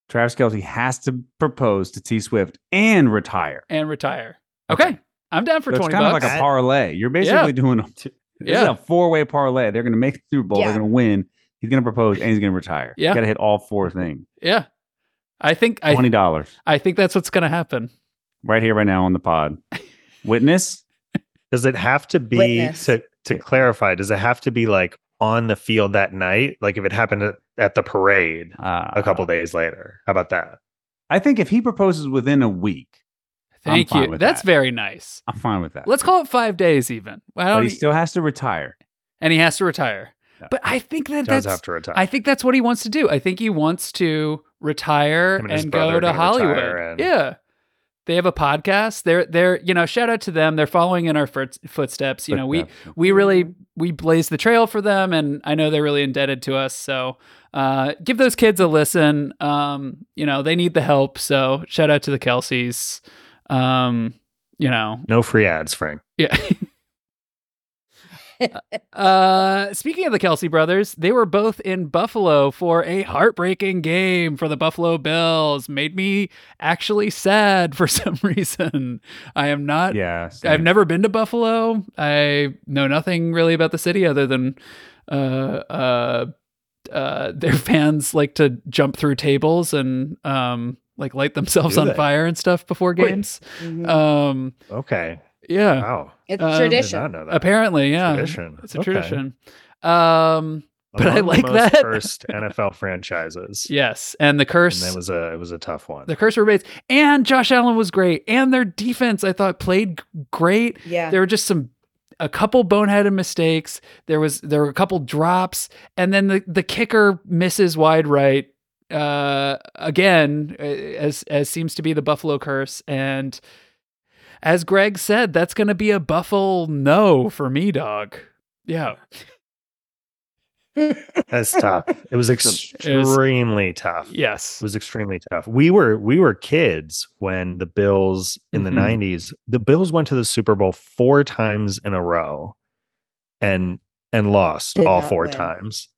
S3: Travis Kelsey has to propose to T Swift and retire.
S1: and retire. Okay, I'm down for
S3: So it's
S1: twenty
S3: kind
S1: bucks.
S3: of like a parlay. You're basically doing a, this is
S1: Yeah.
S3: a four way parlay. They're going to make the Super Bowl.
S2: Yeah.
S3: They're going to win. He's going to propose and he's going to retire.
S1: Yeah.
S3: got to hit all four things.
S1: yeah, I think I,
S3: Twenty dollars
S1: I think that's what's gonna happen.
S3: right here, right now on
S1: <laughs>
S3: the pod. Witness.
S4: Does it have to be
S2: Witness.
S4: to to clarify? Does it have to be like on the field that night? Like if it happened at, at the parade
S3: Uh,
S4: a couple days later? How about that?
S3: I think if he proposes within a week, I'm
S1: Thank
S3: fine
S1: you.
S3: with
S1: That's
S3: that.
S1: very nice.
S3: I'm fine with that.
S1: Let's call it five days even. I
S3: But
S1: don't,
S3: he still has to retire.
S1: and he has to retire.
S3: Yeah.
S1: But I think that
S4: Does
S1: that's
S4: have to retire.
S1: I think that's what he wants to do. I think he wants to retire
S4: Him and
S1: and,
S4: his brother
S1: go
S4: are
S1: to
S4: gonna
S1: Hollywood.
S4: retire and-
S1: Yeah. They have a podcast. They're they're you know, shout out to them. They're following in our foot, footsteps. You know, we
S3: Footsteps.
S1: we really we blaze the trail for them and I know they're really indebted to us. So uh give those kids a listen. Um, you know, they need the help. So shout out to the Kelseys. Um, you know,
S4: No free ads, Frank.
S1: yeah. uh, speaking of the Kelsey brothers, they were both in Buffalo for a heartbreaking game for the Buffalo Bills. Made me actually sad <laughs> for some reason. I am not.
S3: yeah.
S1: I've
S3: same.
S1: never been to Buffalo. I know nothing really about the city other than uh, uh, uh, <laughs> their fans like to jump through tables and um, like light themselves
S4: Do
S1: on
S4: they?
S1: fire and stuff before
S4: Wait.
S1: games.
S2: Mhm.
S1: Um,
S4: Okay.
S1: yeah.
S4: Wow.
S2: it's
S1: um,
S4: Did not
S2: tradition.
S4: know that.
S1: Apparently, yeah.
S4: Tradition.
S1: It's a
S4: Okay.
S1: tradition. Um, but I
S4: Among the
S1: like
S4: most
S1: that. <laughs>
S4: Cursed NFL franchises.
S1: yes, and the
S4: And
S1: curse,
S4: that was a it was a tough one.
S1: the curse remains. And Josh Allen was great, and their defense I thought played g- great.
S2: Yeah.
S1: There were just some a couple boneheaded mistakes. There was there were a couple drops, and then the the kicker misses wide right uh, again, as as seems to be the Buffalo curse. And as Greg said, that's going to be a Buffalo no for me, dog. Yeah,
S4: That's tough.
S1: <laughs>
S4: It was extremely tough.
S1: yes,
S4: It was extremely tough. We were we were kids when the Bills in
S1: Mhm.
S4: the 90s, the Bills went to the Super Bowl four times in a row and and lost
S2: Did
S4: all
S2: not
S4: four
S2: win.
S4: times.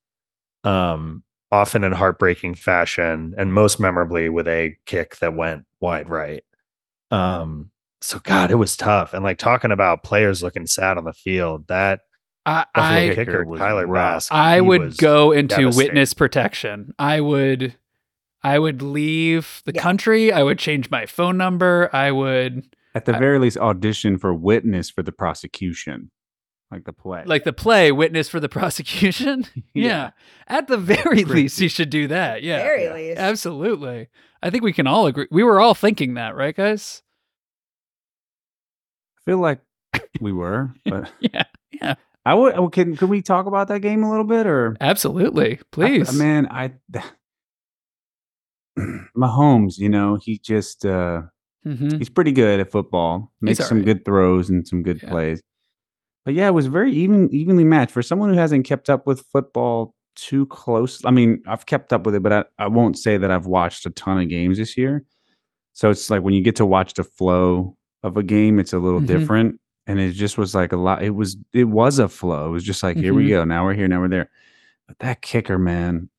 S4: Um often in heartbreaking fashion and most memorably with a kick that went wide right. Um so god, it was tough. And like talking about players looking sad on the field, that
S1: I
S4: Buffalo
S1: I,
S4: kicker
S3: was
S4: Tyler
S3: rough.
S4: Rask.
S1: I
S4: he
S1: would
S4: was-
S1: go into
S4: devastating.
S1: witness protection. I would I would leave the
S2: Yeah.
S1: country. I would change my phone number. I would
S3: At the
S1: I-
S3: very least, audition for witness for the prosecution, like the play.
S1: <laughs> like the play witness for the prosecution. <laughs> yeah.
S3: <laughs> Yeah.
S1: At the very
S3: Pretty.
S1: least you should do that. Yeah.
S2: Very
S3: yeah.
S2: least.
S1: Absolutely. I think we can all agree. We were all thinking that, right guys?
S3: I feel like we were, but
S1: <laughs> Yeah. Yeah.
S3: I would. oh, Can can we talk about that game a little bit or?
S1: Absolutely. Please.
S3: I, man, I <sighs> Mahomes, you know, he just uh <clears throat>
S1: Mhm.
S3: he's pretty good at football.
S1: He's
S3: Makes some
S1: alright.
S3: good throws and some good
S1: Yeah.
S3: plays. But yeah, it was very even evenly matched for someone who hasn't kept up with football too close. I mean, I've kept up with it, but I, I won't say that I've watched a ton of games this year. So it's like when you get to watch the flow of a game, it's a little
S1: Mhm.
S3: different. And it just was like a lot. It was it was a flow. It was just like here we
S1: Mhm.
S3: go. Now we're here. Now we're there. But that kicker, man,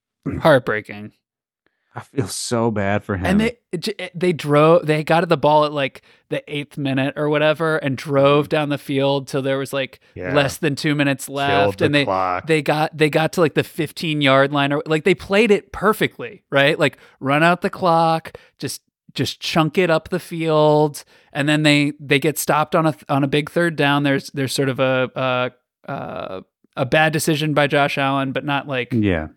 S1: Heartbreaking.
S3: I feel so bad for him.
S1: And they it j- it- they drove. They got the ball at like the eighth minute or whatever, and drove down the field till there was like
S4: Yeah.
S1: less than two minutes
S4: killed
S1: left,
S4: the
S1: and they
S4: clock.
S1: they got they got to like the fifteen yard line or like they played it perfectly, right? Like run out the clock, just just chunk it up the field, and then they they get stopped on a on a big third down. There's there's sort of a a a, a bad decision by Josh Allen, but not like
S3: yeah,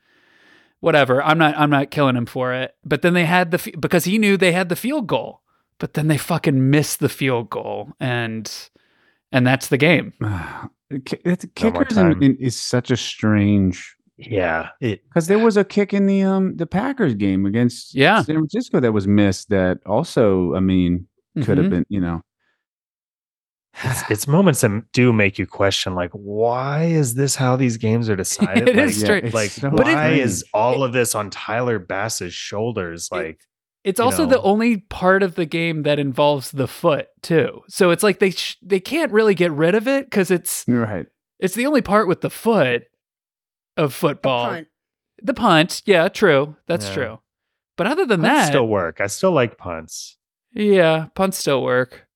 S1: whatever. I'm not I'm not killing him for it. But then they had the f- because he knew they had the field goal. But then they fucking missed the field goal and and that's the game.
S3: <sighs> Ki- it's,
S4: No more
S3: kickers in,
S4: time.
S3: in, is such a strange
S4: yeah, it
S3: because there was a kick in the um the Packers game against
S1: Yeah.
S3: San Francisco that was missed. That also, I mean, could
S1: Mm-hmm.
S3: have been you know <sighs>
S4: it's, it's moments that do make you question like why is this how these
S3: <laughs>
S4: games are decided
S1: It
S4: like,
S1: is strange.
S3: it's
S4: like,
S3: so
S1: But it-
S4: why is
S3: strange.
S4: all of this on tyler bass's shoulders
S1: It-
S4: like
S1: It's
S4: you
S1: also the
S4: know.
S1: only part of the game that involves the foot too. So it's like they sh- they can't really get rid of it cuz it's
S3: right?
S1: it's the only part with the foot of football.
S2: Punt.
S1: The punt, yeah, true. That's
S4: Yeah.
S1: true. But other than
S4: punts
S1: that,
S4: still work i still like punts
S1: yeah, punts still work.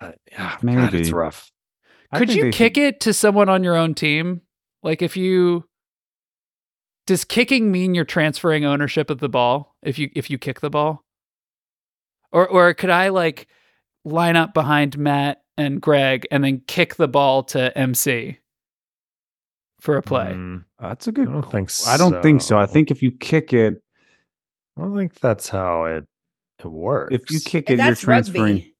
S4: but yeah
S3: Maybe.
S4: God, it's rough
S3: I
S1: Could
S3: think
S1: you
S3: they
S1: kick
S3: should-
S1: it to someone on your own team? Like if you does kicking mean you're transferring ownership of the ball if you if you kick the ball? Or or could I like line up behind Matt and Greg and then kick the ball to MC for a play?
S4: Mm,
S3: That's a
S4: i
S3: good.
S4: don't think
S3: <laughs>
S4: so
S3: I don't think so. I think if you kick it,
S4: i don't think that's how it it works
S3: if you Uh, kick it,
S2: And
S3: you're
S2: that's
S3: transferring.
S2: rugby.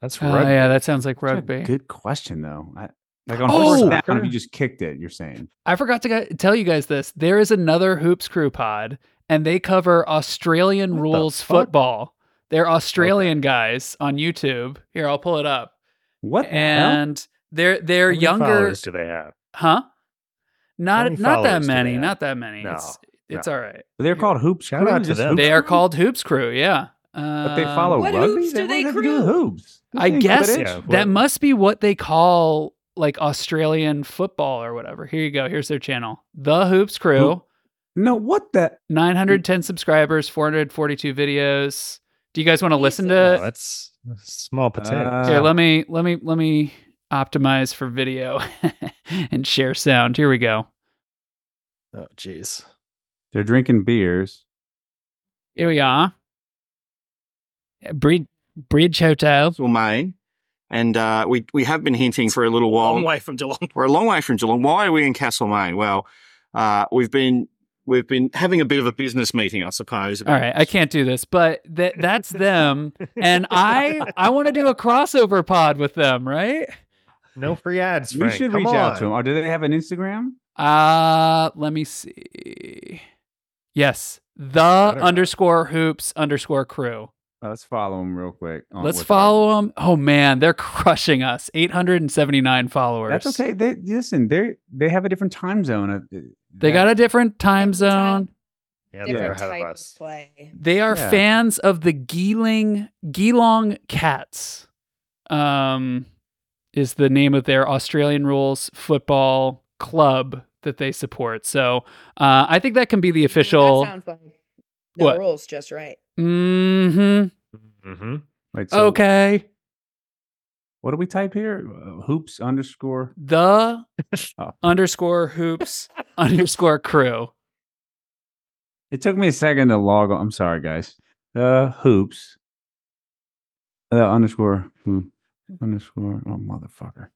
S4: that's
S1: Oh
S4: rugby.
S1: yeah, that sounds like
S3: That's a
S1: rugby.
S3: Good question though. I, like on
S1: Oh!
S3: first down, if
S4: Soccer?
S3: you just kicked it, you're saying
S1: I forgot to gu- tell you guys this. There is another Hoops Crew pod, and they cover Australian
S4: What the
S1: rules
S4: fuck?
S1: football. They're Australian guys on YouTube. Here, I'll pull it up.
S3: what? the hell?
S1: And they're
S4: How
S1: they're
S4: many
S1: younger,
S4: followers do they have
S1: huh? Not
S4: many
S1: not that
S4: followers do they
S1: many.
S4: have?
S1: Not that many.
S4: No,
S1: it's it's all right.
S3: they're called hoops.
S4: Shout out
S3: Crew,
S4: to
S3: just
S4: them.
S3: Hoops
S1: They are
S3: Crew?
S1: called Hoops Crew. Yeah, Um,
S3: But they follow
S2: What
S3: rugby.
S2: hoops do
S3: what
S2: they
S3: have to do with
S2: crew?
S3: hoops?
S1: I
S3: They ain't
S1: guess
S3: quidditch.
S4: Yeah.
S1: that
S4: what-
S1: must be what they call like Australian football or whatever. Here you go. Here's their channel, The Hoops Crew.
S3: Who- No, what the?
S1: 910 subscribers, 442 videos. Do you guys want to listen
S4: Oh,
S1: to
S4: that's that's small potato
S1: Here,
S3: Uh,
S1: let me let me let me optimize for video <laughs> and share sound. Here we go.
S4: oh jeez
S3: They're drinking beers.
S1: Here we are. Bridge Bridge Hotel.
S6: Well, Maine, and uh, we we have been hinting for a little while.
S7: long way from Geelong.
S6: We're a long way from Geelong. Why are we in Castlemaine? Well, uh, we've been we've been having a bit of a business meeting, I suppose.
S1: All right, I can't do this, but that
S4: <laughs>
S1: that's them. And I I want to do a crossover pod with them, right?
S4: No free ads.
S3: you
S4: Frank.
S3: should
S4: Come
S3: reach out
S4: on.
S3: to them. Or do they have an Instagram?
S1: Uh, let me see. Yes, the
S4: Better.
S1: underscore hoops underscore crew.
S3: Oh, Let's follow them real quick. on-
S1: Let's
S3: with-
S1: follow them. Oh man, they're crushing us. 879 followers.
S3: That's okay. They listen. They they have a different time zone. Uh,
S1: They
S3: that-
S1: got a different time
S2: Different
S1: zone.
S2: time.
S4: Yeah, they're
S2: Different
S4: ahead
S2: type
S4: of
S2: of
S4: us.
S2: <laughs> play.
S1: They are
S3: Yeah.
S1: fans of the Geeling Geelong Cats. Um, is the name of their Australian rules football club that they support. So uh, I think that can be the official.
S2: That sounds like the
S1: What?
S2: rules just right.
S1: mm-hmm.
S4: hmm
S3: Wait, so
S1: okay.
S3: What do we type here? Uh, hoops underscore.
S1: The
S3: <laughs> Oh.
S1: underscore hoops <laughs> underscore crew. <clears throat>
S3: It took me a second to log on. I'm sorry, guys. Uh, hoops. Uh, underscore. Hoop, underscore. Oh, motherfucker.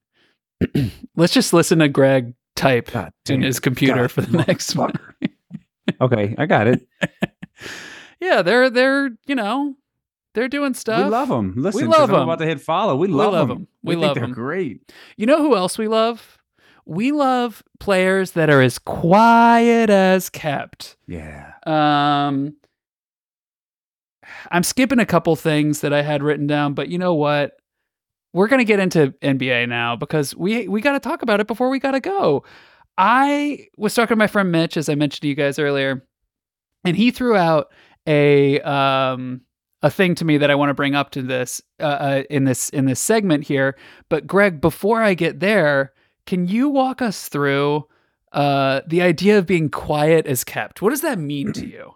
S1: Let's just listen to Greg type
S3: God
S1: in
S3: damn
S1: his
S3: it.
S1: computer
S3: God,
S1: for the next one.
S3: motherfucker. okay, I got it.
S1: <laughs> yeah, they're they're you know they're doing stuff.
S3: We love them. Listen, 'cause
S1: love
S3: I'm
S1: 'em.
S3: about to hit follow. We
S1: We
S3: love,
S1: love
S3: 'em.
S1: 'em. We
S3: think
S1: love
S3: they're
S1: 'em.
S3: great.
S1: You know who else we love? We love players that are as quiet as kept.
S3: Yeah.
S1: Um, I'm skipping a couple things that I had written down, but you know what? We're gonna get into NBA now because we we got to talk about it before we gotta go. I was talking to my friend Mitch, as I mentioned to you guys earlier, and he threw out a um a thing to me that I want to bring up to this uh, uh, in this in this segment here. But Greg, before I get there, can you walk us through? uh the idea of being quiet is kept what does that mean to you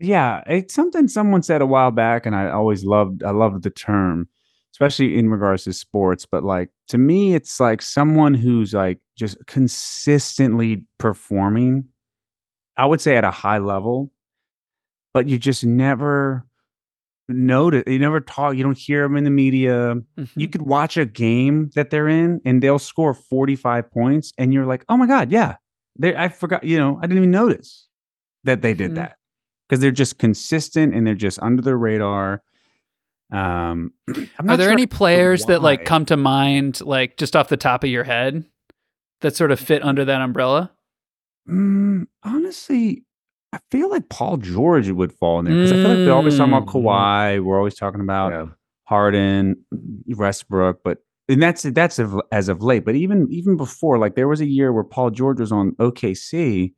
S3: Yeah, it's something someone said a while back, and I always loved. I loved the term, especially in regards to sports. But like to me, it's like someone who's like just consistently performing. I would say at a high level, but you just never notice. You never talk. You don't hear them in the media. You
S1: Hmm.
S3: could watch a game that they're in, and they'll score forty-five points, and you're like, "Oh my god, yeah, they, I forgot. You know, I didn't even notice that they did
S1: Mhm.
S3: that." because they're just consistent and they're just under the radar. Um, <clears throat> I'm
S1: are
S3: not
S1: there
S3: sure-
S1: any players that like
S3: why.
S1: come to mind like just off the top of your head that sort of fit under that umbrella
S3: Mm, honestly, I feel like Paul George would fall in there because I feel like we're always talking
S1: Hmm.
S3: about
S4: Mm.
S3: Kawhi. We're always talking about
S4: Yeah.
S3: Harden, Westbrook, but and that's that's of, as of late. But even even before, like there was a year where Paul George was on OKC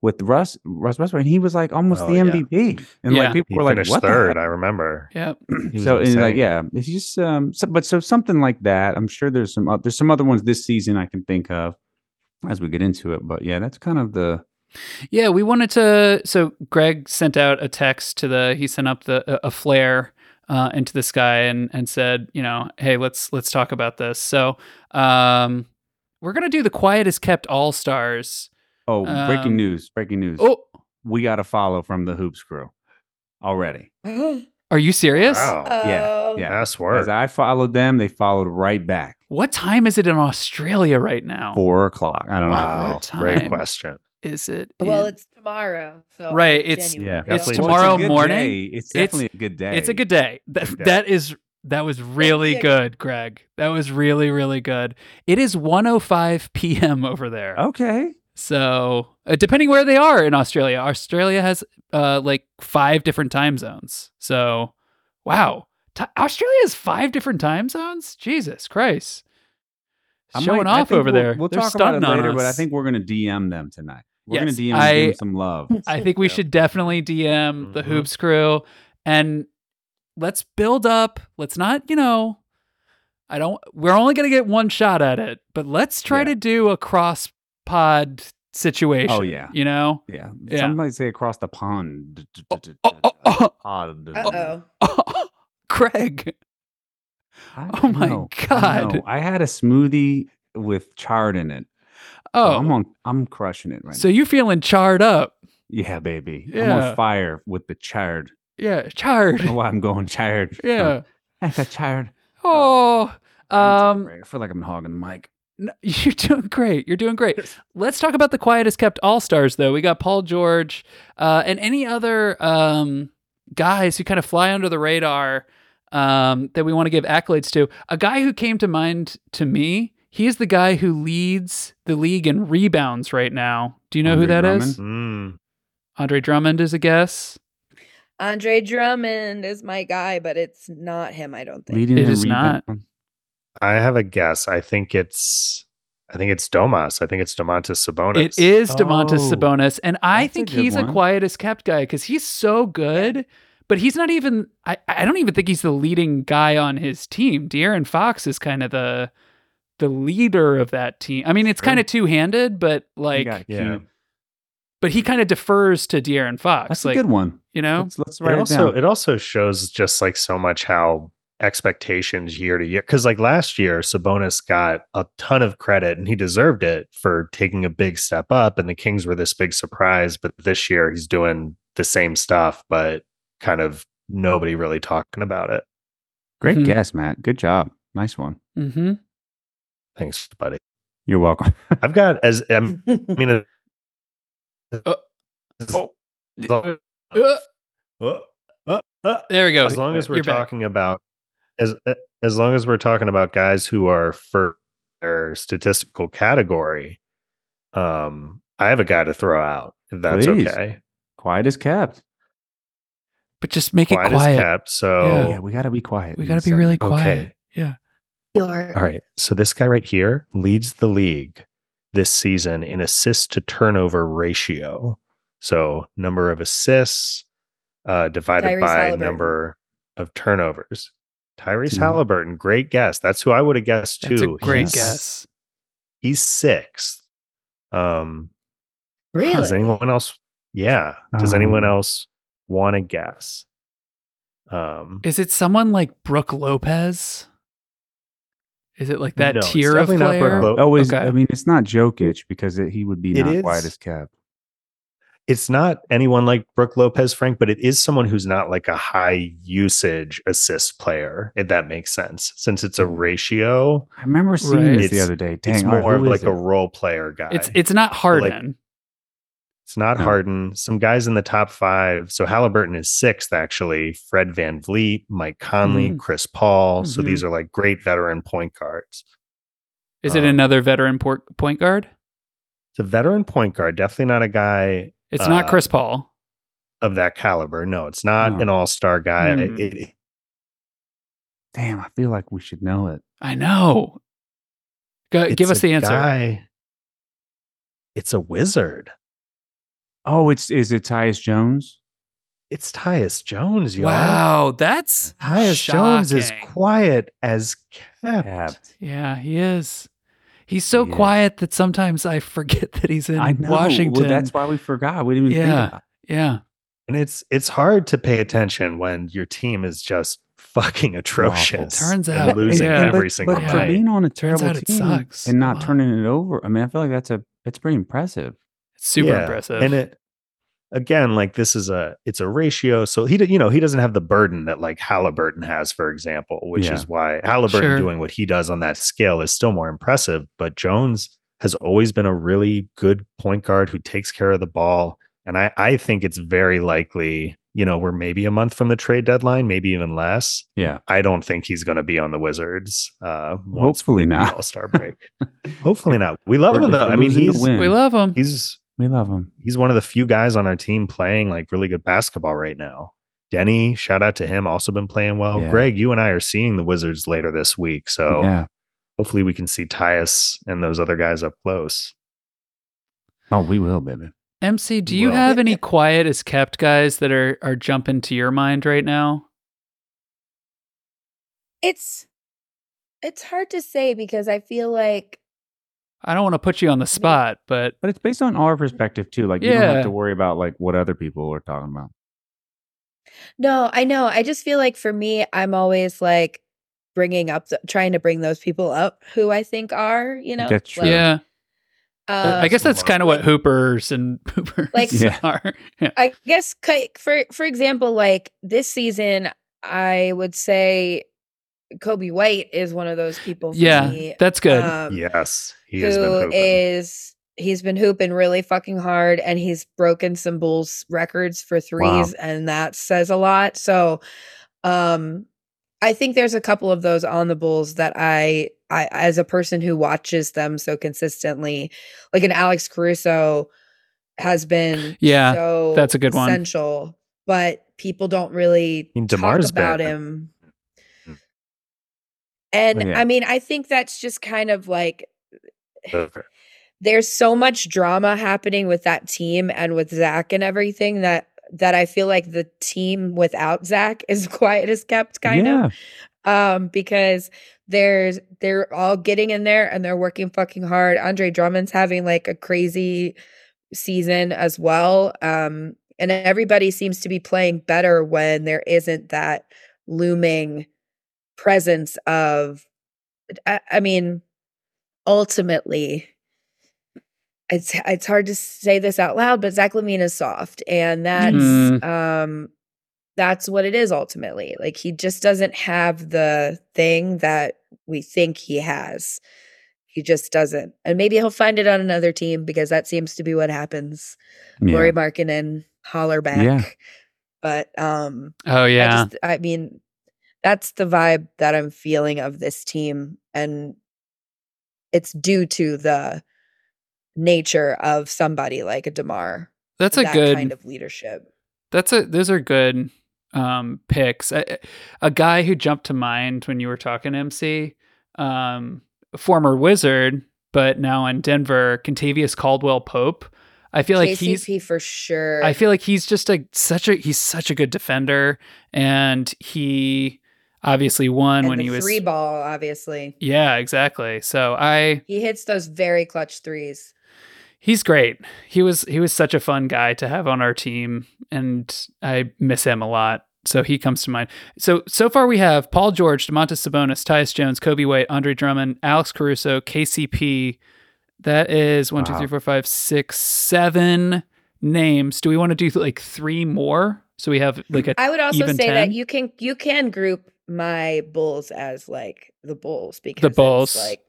S3: with Russ Russ Westbrook, and he was like almost
S4: Oh,
S3: the
S4: yeah.
S3: MVP, and
S1: Yeah.
S3: like people
S4: He
S3: were like,
S4: finished
S3: "What the
S4: third,
S3: heck?" <clears throat>
S4: I remember.
S1: yeah
S4: He was
S3: so and like
S4: insane.
S3: yeah it's just um so, but so something like that i'm sure there's some oth- there's some other ones this season i can think of as we get into it but yeah that's kind of the
S1: yeah we wanted to so greg sent out a text to the he sent up the a, a flare uh, into the sky and and said you know hey let's let's talk about this so um we're gonna do the quiet is kept all stars
S3: oh breaking
S1: Um,
S3: news breaking news
S1: oh
S3: we got a follow from the hoops crew already
S2: oh,
S1: are you serious
S2: uh,
S4: Wow.
S2: Um,
S3: yeah.
S4: That's
S3: as
S4: work.
S3: i followed them they followed right back
S1: what time is it in australia right now
S3: four o'clock i don't
S4: Wow.
S1: What
S4: Great
S1: time?
S4: question.
S1: is it
S2: Well,
S1: in-
S2: it's tomorrow. So
S1: Right,
S2: I'm
S1: it's-
S3: Yeah.
S2: genuinely
S1: it's
S4: Definitely.
S3: know
S4: Well,
S1: tomorrow
S3: it's a good
S1: morning.
S3: day. it's
S1: It's-
S3: definitely a good day
S1: It's a good day. That,
S4: Good day.
S1: that is that was really
S2: you.
S1: good, Greg. That was really really good. It is 1:05 p.m. over there.
S3: Oh. okay
S1: So, uh, depending where they are in Australia, Australia has uh like five different time zones. So, wow. Ti- Australia has five different time zones? Jesus Christ.
S3: I might-
S1: Showing
S3: I
S1: off
S3: think
S1: over
S3: we'll-
S1: there.
S3: we'll
S1: They're
S3: talk about it
S1: stunting on
S3: later but i
S1: us.
S3: think we're gonna dm them tonight we're
S1: Yes,
S3: gonna dm
S1: I-
S3: them some love
S1: I think we
S4: Yeah.
S1: should definitely DM the
S3: Mm-hmm.
S4: Mhm.
S1: Hoops crew and let's build up. Let's not, you know, I don't, we're only going to get one shot at it, but let's try
S3: Yeah.
S1: to do a cross pod situation.
S3: Oh, yeah.
S1: You know? <laughs>
S3: yeah,
S1: Yeah.
S3: some might say across the pond
S1: Oh, oh,
S3: uh,
S1: oh,
S3: Odd.
S2: Uh-oh.
S1: oh, Craig.
S3: I
S1: Oh my
S3: know, I
S1: God.
S3: know. I, had a smoothie with chard in it. so
S1: Oh,
S3: I'm on. I'm crushing it right
S1: so you feeling charred up.
S3: now. Yeah, baby. I'm
S1: Yeah.
S3: on fire with the chard.
S1: <laughs> Yeah, charred.
S3: Oh, I'm going chard. <laughs>
S1: Yeah.
S3: I got chard.
S1: Oh, um,
S3: I feel like I'm hogging the mic.
S1: No, <laughs> you're doing great. You're doing great. Let's talk about the quietest kept all stars, though. We got Paul George uh, and any other um, guys who kind of fly under the radar um, that we want to give accolades to. A guy who came to mind to me, he is the guy who leads the league in rebounds right now. Do you know who
S3: Andre
S1: that is?
S3: Drummond?
S4: Mm.
S1: Andre Drummond is a guess.
S2: Andre Drummond is my guy, but it's not him, I don't think.
S3: Leading
S1: It
S3: in
S1: is not.
S3: rebound.
S4: I have a guess. I think it's I think it's Domas. I think it's Domantas Sabonis.
S1: It is Demontis
S4: Oh.
S1: Sabonis, and I
S3: That's a
S1: think
S3: good
S1: he's a
S3: one.
S1: quietest kept guy because he's so good, but he's not even. I, I don't even think he's the leading guy on his team. De'Aaron Fox is kind of the the leader of that team. I mean, it's
S4: Sure.
S1: kind of two handed, but
S3: He
S1: like,
S3: got
S4: yeah.
S3: cute.
S1: but he kind of defers to De'Aaron Fox.
S3: that's
S1: like,
S3: a good one.
S1: you know,
S3: Let's, let's
S4: it
S3: write it,
S4: also
S3: down.
S4: it also shows just like so much how expectations year to year because like last year Sabonis got a ton of credit and he deserved it for taking a big step up and the Kings were this big surprise but this year he's doing the same stuff but kind of nobody really talking about it
S3: Great
S1: Mhm.
S3: guess, Matt. Good job. Nice one.
S1: hmm
S4: thanks buddy
S3: You're welcome. <laughs>
S4: I've got as I mean uh, as long- uh, uh, uh,
S1: there we go.
S4: as long as we're
S1: Oh, You're back.
S4: talking about as as long as we're talking about guys who are for their statistical category um i have a guy to throw out if that's
S3: Please.
S4: okay
S3: quiet is kept.
S1: but just make
S4: quiet,
S1: it quiet.
S4: is kept so
S3: Oh, Yeah, we got to be quiet.
S1: We
S3: in
S1: got
S3: this
S1: to be
S3: segment.
S1: really
S4: Okay.
S1: quiet. Yeah.
S5: Your
S4: all right so this guy right here leads the league this season in assist to turnover ratio so number of assists uh divided
S2: Tyrese
S4: by
S2: Halliburton.
S4: number of turnovers Tyrese
S3: Mhm.
S4: Halliburton, great guess. That's who I would have guessed too.
S1: That's a great
S4: He's-
S1: guess.
S4: he's sixth. Um,
S2: really?
S4: does anyone else? Yeah. Does anyone
S3: Um,
S4: else want to guess? Um,
S1: Is it someone like Brooke Lopez? Is it like that
S4: No, it's
S1: tier of
S4: definitely not
S1: player?
S4: Brooke Lo-
S3: Oh, is,
S1: Okay.
S3: I mean, it's not Jokic because it, he would be
S4: It
S3: not
S4: is.
S3: quiet as kept.
S4: it's not anyone like Brooke Lopez Frank, but it is someone who's not like a high usage assist player, if that makes sense. Since it's a ratio,
S3: I remember seeing
S1: Right.
S3: this the
S4: It's-
S3: other day. Mm. Dang,
S4: it's
S3: all right,
S4: more of
S3: who
S4: like
S3: is
S4: a
S3: it?
S4: role player guy.
S1: It's it's not
S4: like-
S1: Harden.
S4: It's not
S3: No.
S4: Harden. Some guys in the top five. So Halliburton is sixth, actually. Fred Van Vliet, Mike Conley,
S1: Mm.
S4: Chris Paul. So
S1: Mhm.
S3: Mm-hmm.
S4: these are like great veteran point guards.
S1: Is it
S4: Um,
S1: another veteran por- point guard?
S4: It's a veteran point guard, definitely not a guy
S1: It's not
S4: uh,
S1: Chris Paul.
S4: of that caliber. No, it's not
S3: No.
S4: an all star guy.
S1: Mm.
S4: It- it-
S3: Damn, I feel like we should know it.
S1: I know. Go,
S4: it's
S1: give us
S4: a
S1: the answer.
S4: guy- it's a wizard.
S3: Oh, it's is it Tyus Jones?
S4: It's Tyus Jones, y'all.
S1: Wow, that's
S4: Tyus Jones is
S1: shocking.
S4: quiet as kept.
S1: Yeah, he is. He's so
S3: He is.
S1: quiet that sometimes I forget that he's in
S3: I know.
S1: Washington.
S3: Well, that's why we forgot. We didn't even
S1: Yeah.
S3: think about
S1: yeah.
S4: And it's it's hard to pay attention when your team is just fucking atrocious.
S1: Turns
S4: and
S1: out,
S4: losing
S1: yeah.
S4: every
S3: but,
S4: single
S3: but for
S1: night.
S3: being on a
S1: Turns
S3: terrible
S1: out it
S3: team
S1: sucks.
S3: and not
S1: Wow.
S3: turning it over, I mean, I feel like that's a it's pretty impressive.
S1: It's super
S4: Yeah,
S1: impressive.
S4: And it again, like this is a it's a ratio. So he did, you know, he doesn't have the burden that like Halliburton has, for example, which
S3: Yeah.
S4: is why Halliburton
S1: Sure.
S4: doing what he does on that scale is still more impressive. But Jones has always been a really good point guard who takes care of the ball. And I, I think it's very likely, you know, we're maybe a month from the trade deadline, maybe even less.
S3: Yeah.
S4: I don't think he's going to be on the Wizards. Uh,
S3: Hopefully not.
S4: All star
S3: <laughs>
S4: break. Hopefully not. We love
S3: We're-
S4: him though.
S3: we're
S4: I mean,
S3: losing to
S4: he's
S3: win.
S1: we love him.
S4: he's
S3: We love him.
S4: he's one of the few guys on our team playing like really good basketball right now. Denny, shout out to him, also been playing well.
S3: Yeah.
S4: Greg, you and I are seeing the Wizards later this week, so
S3: Yeah.
S4: hopefully we can see Tyus and those other guys up close.
S3: Oh, we will, baby.
S1: MC, do you
S4: Well-
S1: have any quiet as kept guys that are are jumping to your mind right now?
S2: It's it's hard to say because I feel like
S1: I don't want to put you on the spot, but
S3: But it's based on our perspective too. Like you don't
S1: Yeah.
S3: have to worry about like what other people are talking about.
S2: no, I know. I just feel like for me, I'm always like bringing up, the, trying to bring those people up who I think are, you know.
S3: That's true.
S2: like,
S1: yeah,
S2: Uh,
S1: I guess that's
S4: Absolutely.
S1: kind of what Hoopers and <laughs> Hoopers
S2: Like-
S3: Yeah.
S1: are. Yeah.
S2: I guess ki- for for example, like this season, I would say Kobe White is one of those people. For
S1: Yeah,
S2: me,
S1: that's good.
S2: um,
S4: yes, he
S2: who
S4: has been hooping.
S2: is- he's been hooping really fucking hard, and he's broken some Bulls records for threes, and that says a lot. So, um, I think there's a couple of those on the Bulls that I, I as a person who watches them so consistently, like an Alex Caruso has been
S1: Yeah,
S2: so
S1: that's a good one.
S2: essential, but people don't really
S4: I mean,
S2: talk
S4: DeMar's Hmm.
S2: about
S4: better.
S2: him. And
S3: Yeah.
S2: I mean, I think that's just kind of like
S4: Over.
S2: there's so much drama happening with that team and with Zach and everything that that I feel like the team without Zach is <laughs> quiet as kept, kind of
S3: yeah.
S2: um, because there's they're all getting in there and they're working fucking hard. Andre Drummond's having like a crazy season as well, um, and everybody seems to be playing better when there isn't that looming presence of. I, I mean, ultimately. It's it's hard to say this out loud, but Zach Levine is soft, and that's
S1: Mhm.
S2: um that's what it is ultimately. Like he just doesn't have the thing that we think he has. He just doesn't. And maybe he'll find it on another team because that seems to be what happens.
S3: Yeah.
S2: Lori Markinen holler back.
S3: Yeah.
S2: But um
S1: Oh
S2: I
S1: yeah.
S2: just I mean that's the vibe that I'm feeling of this team and it's due to the nature of somebody like a Demar.
S1: that's a
S2: that
S1: good
S2: kind of leadership.
S1: That's a those are good um picks. A, a guy who jumped to mind when you were talking MC, um former Wizard, but now in Denver, Contavious Caldwell Pope. I feel like he's
S2: KCP for sure.
S1: I feel like he's just a such a he's such a good defender and he obviously won
S2: and
S1: when
S2: the
S1: he was
S2: three ball, obviously.
S1: Yeah, exactly. So I
S2: He hits those very clutch threes.
S1: he's great. He was he was such a fun guy to have on our team, and I miss him a lot. So he comes to mind. So so far we have Paul George, Demontis Sabonis, Tyus Jones, Kobe White, Andre Drummond, Alex Caruso, KCP. That is one, two,
S3: Wow.
S1: three, four, five, six, seven names. Do we want to do like three more? So we have like a
S2: I would also
S1: Even
S2: say
S1: 10?
S2: that you can you can group my bulls as like the bulls because it's
S1: Bulls.
S2: like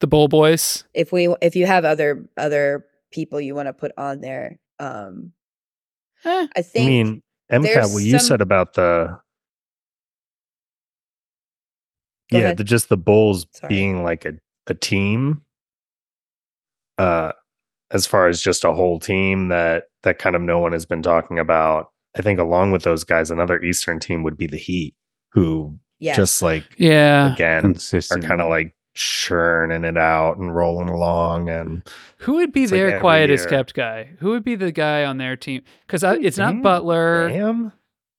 S1: the Bull Boys.
S2: if we if you have other other people you want to put on there, um I
S4: I
S2: think
S4: mean, MCAT,
S2: there's
S4: what you
S2: some-
S4: said about the
S2: Go
S4: yeah,
S2: ahead.
S4: the just the Bulls
S2: Sorry.
S4: being like a a team. Uh, as far as just a whole team that that kind of no one has been talking about. I think along with those guys, another Eastern team would be the Heat, who
S2: yes.
S4: just like
S1: Yeah.
S4: again are
S3: Consistent.
S4: kind of like churning it out and rolling along and
S1: Who would be
S4: It's like
S1: their
S4: every
S1: quiet as
S4: year.
S1: kept guy? Who would be the guy on their team? Because it's not
S4: Bam.
S1: Butler.
S4: Mm, Bam.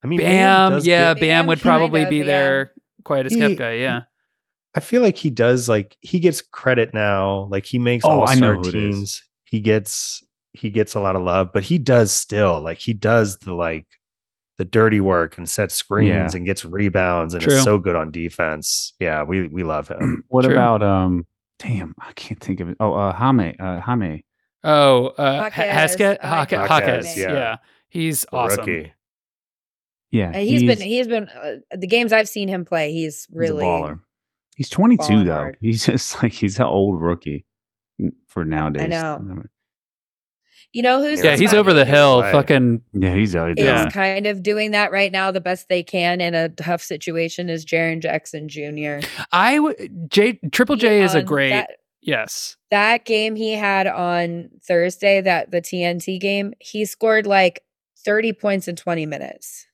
S4: I mean,
S1: Bam,
S4: does
S1: yeah,
S4: get-
S1: Bam
S2: Bam
S1: would
S2: kind
S1: probably
S2: of,
S1: be
S2: yeah.
S1: their quietest kept
S4: He-
S1: guy. Yeah,
S4: I feel like he does like he gets credit now. Like he makes
S3: Oh,
S4: all
S3: I know
S4: star
S3: who it is.
S4: teams. He gets he gets a lot of love, but he does still like he does the like the dirty work and sets screens
S3: Yeah.
S4: and gets rebounds and
S1: True.
S4: is so good on defense. Yeah, we we love
S3: <clears throat>
S4: him.
S3: What
S1: True.
S3: about um? Damn, I can't think of it. Oh, uh, Hame, uh, Hame.
S1: Oh, uh, Ha-
S2: Jaquez.
S1: Haskett,
S2: I like
S1: Hawkes,
S4: Jaquez,
S1: yeah.
S4: yeah. he's
S1: he's
S4: the
S1: awesome.
S4: Rookie.
S3: Yeah,
S2: And Uh, he's been he's been uh, the games I've seen him play, he's
S3: he's a
S2: really
S3: baller. He's 22
S2: balling
S3: though.
S2: hard.
S3: He's <laughs> just like he's an old rookie for nowadays.
S2: know. You know who's
S1: Yeah,
S4: That's
S1: he's
S4: my
S1: over the
S4: favorite
S1: hill.
S4: player.
S1: Fucking
S3: Yeah, he's out.
S2: is
S1: Yeah.
S2: kind of doing that right now the best they can in a tough situation is Jaron Jackson Jr.
S1: I w- J Triple J
S2: He
S1: is a
S2: on
S1: great
S2: that-
S1: yes.
S2: that game he had on Thursday, that the TNT game, he scored like 30 points in 20 minutes.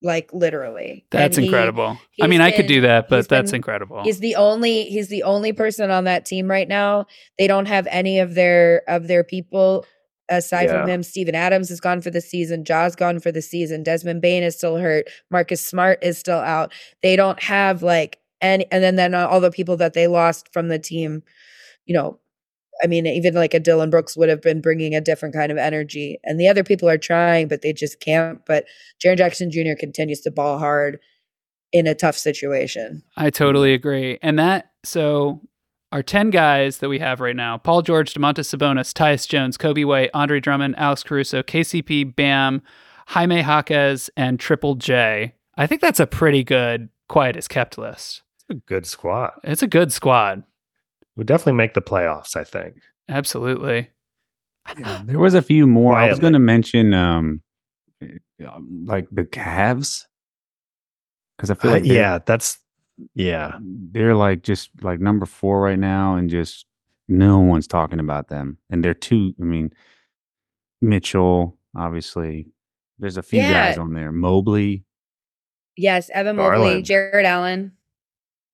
S2: Like literally. And
S1: That's
S2: he-
S1: incredible. I
S2: he's
S1: mean, I could
S2: been-
S1: do that, but
S2: he's
S1: that's
S2: been-
S1: incredible.
S2: He's the only he's the only person on that team right now. They don't have any of their of their people aside from
S4: Yeah.
S2: him. Steven Adams is gone for the season. Jaw's gone for the season. Desmond Bain is still hurt. Marcus Smart is still out. They don't have like any and then then all the people that they lost from the team, you know, I mean, even like a Dylan Brooks would have been bringing a different kind of energy. And the other people are trying, but they just can't. But Jaron Jackson Jr. continues to ball hard in a tough situation.
S1: I totally agree. And that so our ten guys that we have right now: Paul George, Demontis Sabonis, Tyus Jones, Kobe White, Andre Drummond, Alex Caruso, KCP, Bam, Jaime Jaquez, and Triple J. I think that's a pretty good quiet as kept list.
S4: It's a good squad.
S1: It's a good squad.
S4: Would definitely make the playoffs. I think.
S1: Absolutely.
S3: There was a few more. I was
S4: Quietly.
S3: going to mention um, eh, um, like the Cavs because I feel
S4: Uh,
S1: Uh,
S3: like they're-
S4: yeah, that's Yeah.
S3: they're like just like number four right now, and just no one's talking about them. And they're two. I mean, Mitchell, obviously. There's a few guys
S2: Yeah.
S3: on there. Mobley,
S2: Yes, Evan Mobley,
S4: Garland.
S2: Jared Allen.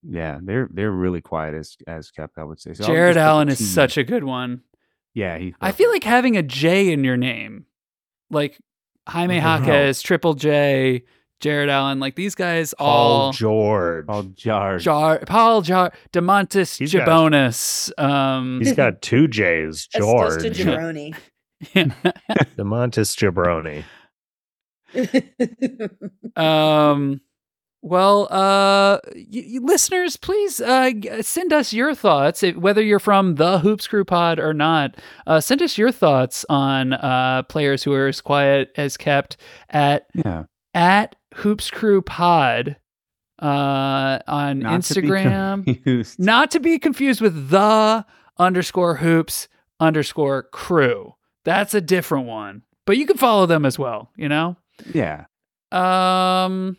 S3: yeah, they're they're really quiet as as kept. I would say. So I'll
S1: Jared
S3: just put the
S1: Allen is
S3: team.
S1: such a good one.
S3: Yeah, he.
S1: I feel like having a J in your name, like Jaime
S4: I don't know.
S1: Jaquez, Triple J, Jared Allen, like these guys
S4: Paul
S1: all.
S4: George.
S3: all jar.
S1: Jar, Paul Jar, Demontis
S4: He's got-
S1: Jabonis. Um,
S3: <laughs>
S4: He's got two J's.
S2: That's close to
S1: <laughs>
S4: George.
S1: Jor-
S2: Jabroni.
S4: <laughs>
S2: <laughs>
S4: Demontis Jabroni.
S1: <laughs> um well uh y- y- listeners please uh g- send us your thoughts if, whether you're from the hoops crew pod or not uh send us your thoughts on uh players who are as quiet as kept at
S3: Yeah,
S1: at hoops crew pod uh on
S3: not to be
S1: instagram
S3: <laughs> confused.
S1: not to be confused with the underscore hoops underscore crew that's a different one but you can follow them as well you know
S3: Yeah,
S1: um,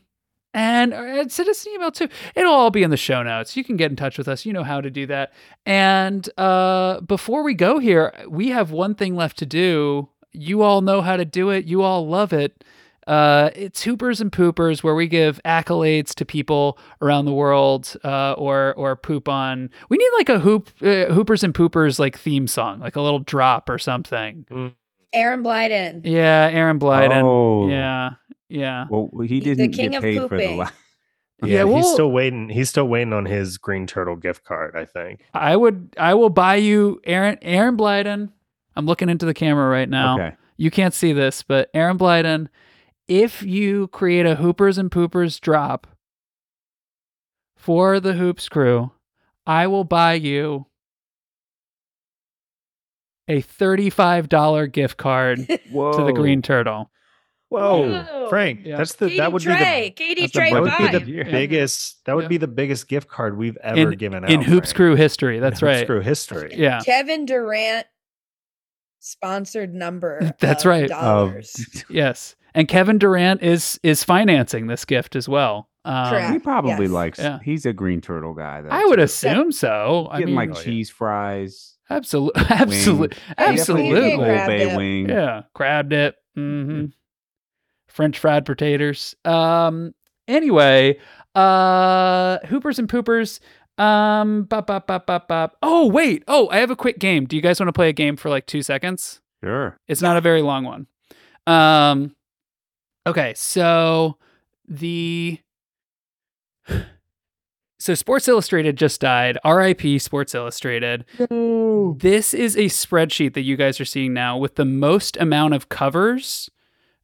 S1: and, and send us an email too. It'll all be in the show notes. You can get in touch with us. You know how to do that. And uh, before we go here, we have one thing left to do. You all know how to do it. You all love it. Uh, it's Hoopers and Poopers, where we give accolades to people around the world, uh, or or poop on. We need like a hoop uh, Hoopers and Poopers like theme song, like a little drop or something.
S2: Aaron Blyden.
S1: Yeah, Aaron Blyden.
S3: Oh,
S1: Yeah, yeah.
S3: Well, he
S2: He's the
S3: didn't
S2: king
S3: get
S2: of
S3: paid for the
S2: pooping.
S3: last.
S1: <laughs> Yeah,
S3: <laughs>
S4: Yeah, he's
S1: well-
S4: still waiting. He's still waiting on his Green Turtle gift card, I think.
S1: I would I will buy you Aaron Aaron Blyden. I'm looking into the camera right now.
S3: Okay.
S1: You can't see this, but Aaron Blyden, if you create a Hoopers and Poopers drop for the Hoops crew, I will buy you a $35 gift card
S3: Whoa.
S1: to the Green Turtle.
S2: Whoa.
S4: Frank,
S1: Yeah.
S4: that's the that would
S2: Trey.
S4: be
S2: Katie
S3: that's the
S4: the
S2: Trey
S4: that
S3: budget
S4: would be
S2: vibe.
S4: the
S3: Yeah.
S4: biggest that would
S1: Yeah.
S4: be the biggest gift card we've ever given out
S1: In Hoops
S4: Frank.
S1: crew history. That's
S4: In Hoops
S1: right.
S4: Crew history.
S1: Yeah.
S2: Kevin Durant sponsored number.
S1: <laughs> That's
S2: of
S1: right. Of-
S2: Dollars.
S4: <laughs>
S1: Yes. And Kevin Durant is is financing this gift as well. Um,
S2: Correct.
S3: he probably
S2: Yes.
S3: likes.
S1: Yeah.
S3: He's a green turtle guy. Though,
S1: I would
S3: too.
S1: assume so. I
S3: Getting
S1: mean,
S3: like
S4: Oh, yeah.
S3: cheese fries.
S1: <laughs> Absolutely, absolutely,
S3: Definitely
S2: Absolutely.
S3: getting
S1: absolutely.
S2: Crab
S3: Old Bay
S2: dip.
S3: wing. Mm-hmm.
S1: Yeah, crab dip, hmm French fried potatoes. Um. Anyway, uh, hoopers and poopers. Um. Bop, bop, bop, bop, bop. Oh wait. Oh, I have a quick game. Do you guys want to play a game for like two seconds? <clears throat>
S3: Sure.
S1: It's not a very long one. Um. Okay, so the so Sports Illustrated just died. R.I.P. Sports Illustrated. This is a spreadsheet that you guys are seeing now with the most amount of covers,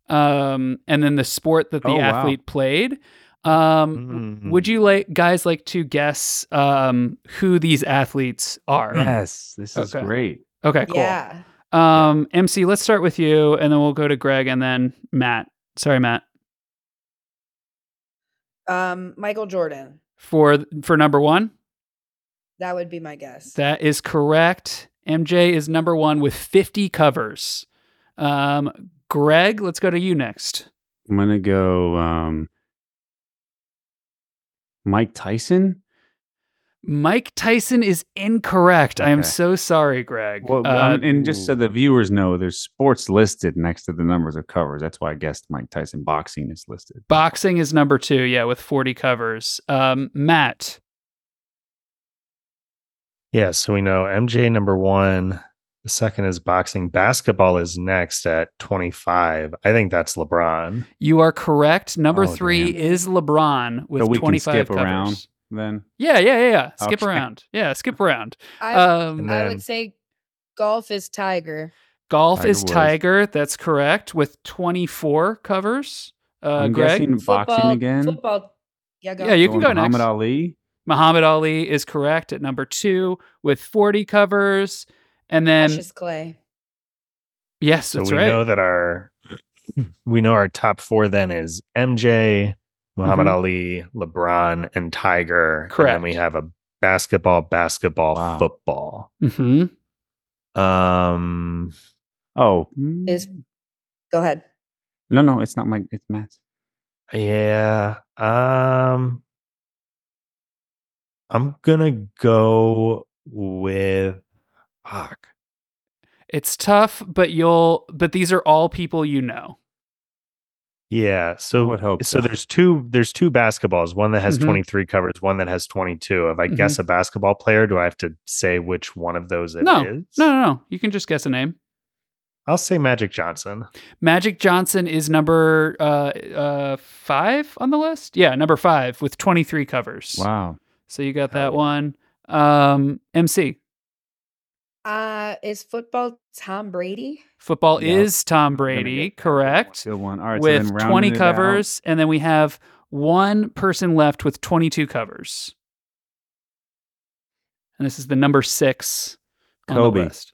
S1: um, and then the sport that the
S3: Oh, wow. Mm-hmm.
S1: athlete played. Um,
S4: Hmm.
S1: Would you like guys like to guess um, who these athletes are?
S3: Yes, this is
S1: Okay.
S3: great.
S1: okay, cool.
S2: Yeah.
S1: Um, MC, let's start with you, and then we'll go to Greg, and then Matt. Sorry, Matt
S2: Um, Michael Jordan.
S1: for for number one.
S2: That would be my guess.
S1: That is correct. MJ is number one with fifty covers. Um, Greg, let's go to you next.
S3: I'm gonna go. Um, Mike Tyson.
S1: Mike Tyson is incorrect. I am
S3: Okay.
S1: so sorry, Greg.
S3: Well,
S1: Uh,
S3: um, and just so the viewers know, there's sports listed next to the numbers of covers. That's why I guessed Mike Tyson boxing is listed.
S1: boxing is number two, yeah, with 40 covers. Um, Matt,
S4: Yeah, so we know MJ number one. The second is boxing. Basketball is next at 25. I think that's LeBron.
S1: you are correct. Number
S3: Oh,
S1: three
S3: damn.
S1: is LeBron with
S3: So we can
S1: 25
S3: skip
S1: covers.
S3: around? Then
S1: Yeah, yeah, yeah, yeah. Skip
S3: Okay.
S1: around. Yeah, skip around.
S2: I,
S1: Um,
S4: And
S2: I
S4: then-
S2: would say golf is Tiger.
S1: golf
S3: Tiger
S1: is
S3: Woods.
S1: Tiger. That's correct with 24 covers. Uh,
S3: I'm
S1: Greg,
S3: guessing boxing
S2: Football-
S3: again.
S2: Football. Yeah, go.
S1: yeah, you can
S3: Going
S1: go
S3: Muhammad
S1: next.
S3: Ali.
S1: Muhammad Ali is correct at number two with 40 covers. And then,
S2: Cassius Clay.
S1: yes,
S4: So
S1: that's
S4: we
S1: right.
S4: know that our we know our top four then is MJ, Muhammad
S1: Mhm.
S4: Ali, LeBron, and Tiger. And then we
S1: Correct.
S4: have a basketball, basketball,
S3: Wow.
S4: football.
S1: hmm
S4: Um
S3: Oh
S2: Is go ahead.
S3: no, no, it's not Mike. It's Matt.
S4: yeah. Um I'm gonna go with fuck.
S1: It's tough, but you'll but these are all people you know.
S4: Yeah. So
S3: I would hope
S4: so
S3: so.
S4: there's two there's two basketballs, one that has
S2: Mm-hmm.
S1: Mhm.
S4: 23 covers, one that has 22. If I guess a basketball player, do I have to say which one of those it is?
S1: No, no, no. You can just guess a name.
S4: I'll say Magic Johnson.
S1: Magic Johnson is number uh, uh, five on the list. Yeah, number five with 23 covers.
S3: Wow.
S1: So you got
S4: Hell
S1: that
S4: yeah.
S1: one. Um, MC,
S2: Uh, is football Tom Brady?
S1: football
S3: Yeah.
S1: is Tom
S3: I'm gonna
S1: Brady,
S3: get that
S1: correct?
S3: Good one. All right. so
S1: with
S3: then rounding
S1: 20
S3: it out-
S1: covers. And then we have one person left with 22 covers. And this is the number six on the
S3: Kobe.
S1: list.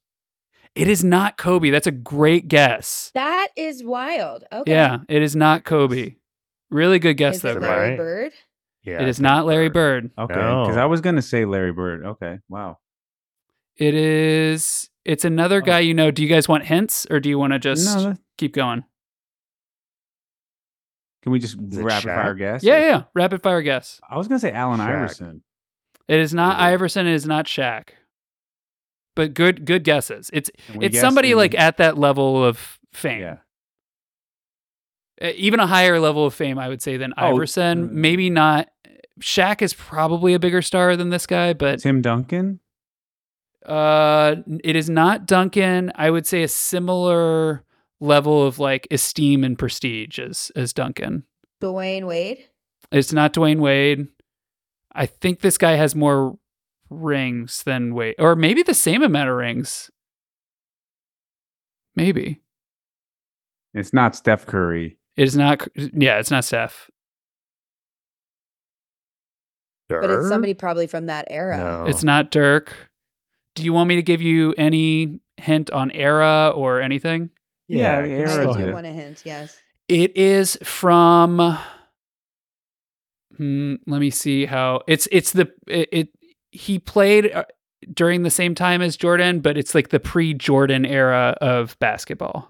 S1: It is not Kobe. That's a great guess.
S2: That is wild. Okay.
S1: Yeah, it is not Kobe. Really good guess,
S2: Is
S1: though.
S2: it
S1: Greg.
S2: Larry
S4: right?
S2: Bird?
S4: Yeah.
S1: it is not Larry Bird.
S3: Okay. Because
S4: No.
S3: I was gonna say Larry Bird. Okay. Wow.
S1: It is. It's another guy you know. Do you guys want hints, or do you want to just
S3: Oh. no, that-
S1: keep going?
S3: can we just
S4: Is it
S3: rapid fire
S4: Shaq?
S3: guess?
S1: Yeah, yeah, yeah. Rapid fire guess.
S3: I was gonna say Allen
S4: Shaq.
S3: Iverson.
S1: It is not
S4: Ooh.
S1: Iverson. It is not Shaq. But good, good guesses. It's
S3: And we
S1: it's
S3: guessed
S1: somebody
S3: him.
S1: like at that level of fame.
S3: Yeah.
S1: Uh, Even a higher level of fame, I would say, than
S3: Oh,
S1: Iverson.
S3: mm.
S1: Maybe not. Shaq is probably a bigger star than this guy, but
S3: Tim Duncan.
S1: Uh, n- it is not Duncan. I would say a similar level of like esteem and prestige as as Duncan.
S2: Dwayne Wade?
S1: It's not Dwayne Wade. I think this guy has more rings than Wade, or maybe the same amount of rings. Maybe
S3: It's not Steph Curry.
S1: it is not. Yeah, it's not Steph.
S2: But it's
S4: Dirk?
S2: somebody probably from that era.
S4: No.
S1: It's not Dirk. Do you want me to give you any hint on era or anything?
S3: Yeah,
S4: I
S3: the
S4: guess
S3: era
S4: so.
S3: is
S2: I do
S3: good.
S2: want a hint, yes.
S1: It is from. Hmm, let me see how it's. It's the it. it he played uh, during the same time as Jordan, but it's like the pre-Jordan era of basketball.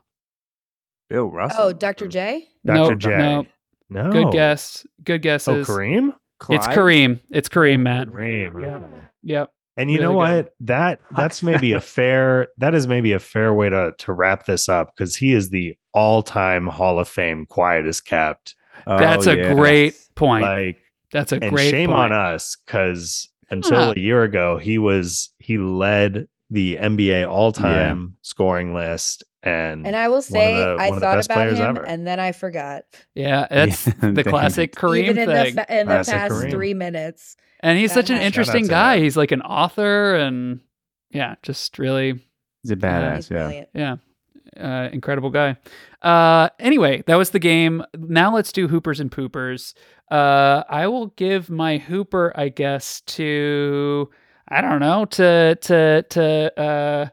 S3: Bill Russell.
S2: Oh,
S4: mm,
S2: Dr. J?
S4: Dr.
S1: Nope,
S4: J.
S1: nope.
S4: No.
S1: Good guess. Good
S4: Oh,
S1: guesses.
S4: Kareem?
S1: It's
S3: Clyde?
S1: Kareem. It's Kareem, Matt.
S4: Kareem.
S1: Yep.
S4: And you
S1: Really
S4: know
S1: good.
S4: what? That that's maybe a fair that is maybe a fair way to to wrap this up because he is the all time Hall of Fame quietest kept.
S3: Oh,
S1: That's a
S3: yeah.
S1: great point.
S4: Like
S1: That's a
S4: and
S1: great
S4: shame
S1: point.
S4: on us because until
S1: Yeah.
S4: a year ago he was he led the NBA all time scoring list and,
S2: And I will say
S4: the- one
S2: I
S4: of the
S2: thought
S4: best
S2: about
S4: players
S2: him
S4: ever.
S2: and then I forgot.
S4: <laughs>
S1: Yeah, that's
S3: Yeah,
S1: the
S3: dang.
S1: classic Kareem
S2: Even in
S1: thing.
S2: the, fa- in the
S4: Classic
S2: past
S4: Kareem.
S2: three minutes.
S1: and he's such an
S2: Shout out
S1: interesting
S4: to
S1: guy.
S4: that.
S1: He's like an author, and yeah, just really
S3: He's a
S2: He's
S3: badass. Yeah.
S2: brilliant.
S1: Yeah. Uh, incredible guy. Uh, anyway, that was the game. Now let's do hoopers and poopers. Uh, I will give my hooper, I guess, to I don't know to to to uh,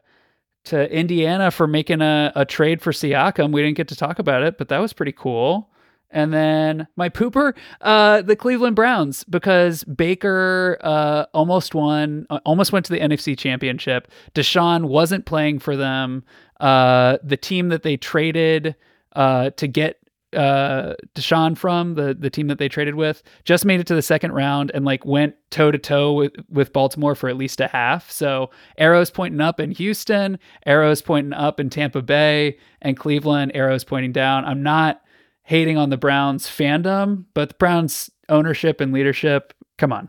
S1: to Indiana for making a, a trade for Siakam. We didn't get to talk about it, but that was pretty cool. And then my pooper, uh, the Cleveland Browns, because Baker uh, almost won, uh, almost went to the NFC Championship. Deshaun wasn't playing for them. Uh, the team that they traded uh, to get uh, Deshaun from, the the team that they traded with, just made it to the second round and like went toe to toe with with Baltimore for at least a half. So arrows pointing up in Houston, arrows pointing up in Tampa Bay, and Cleveland arrows pointing down. I'm not hating on the Browns fandom, but the Browns ownership and leadership, come on.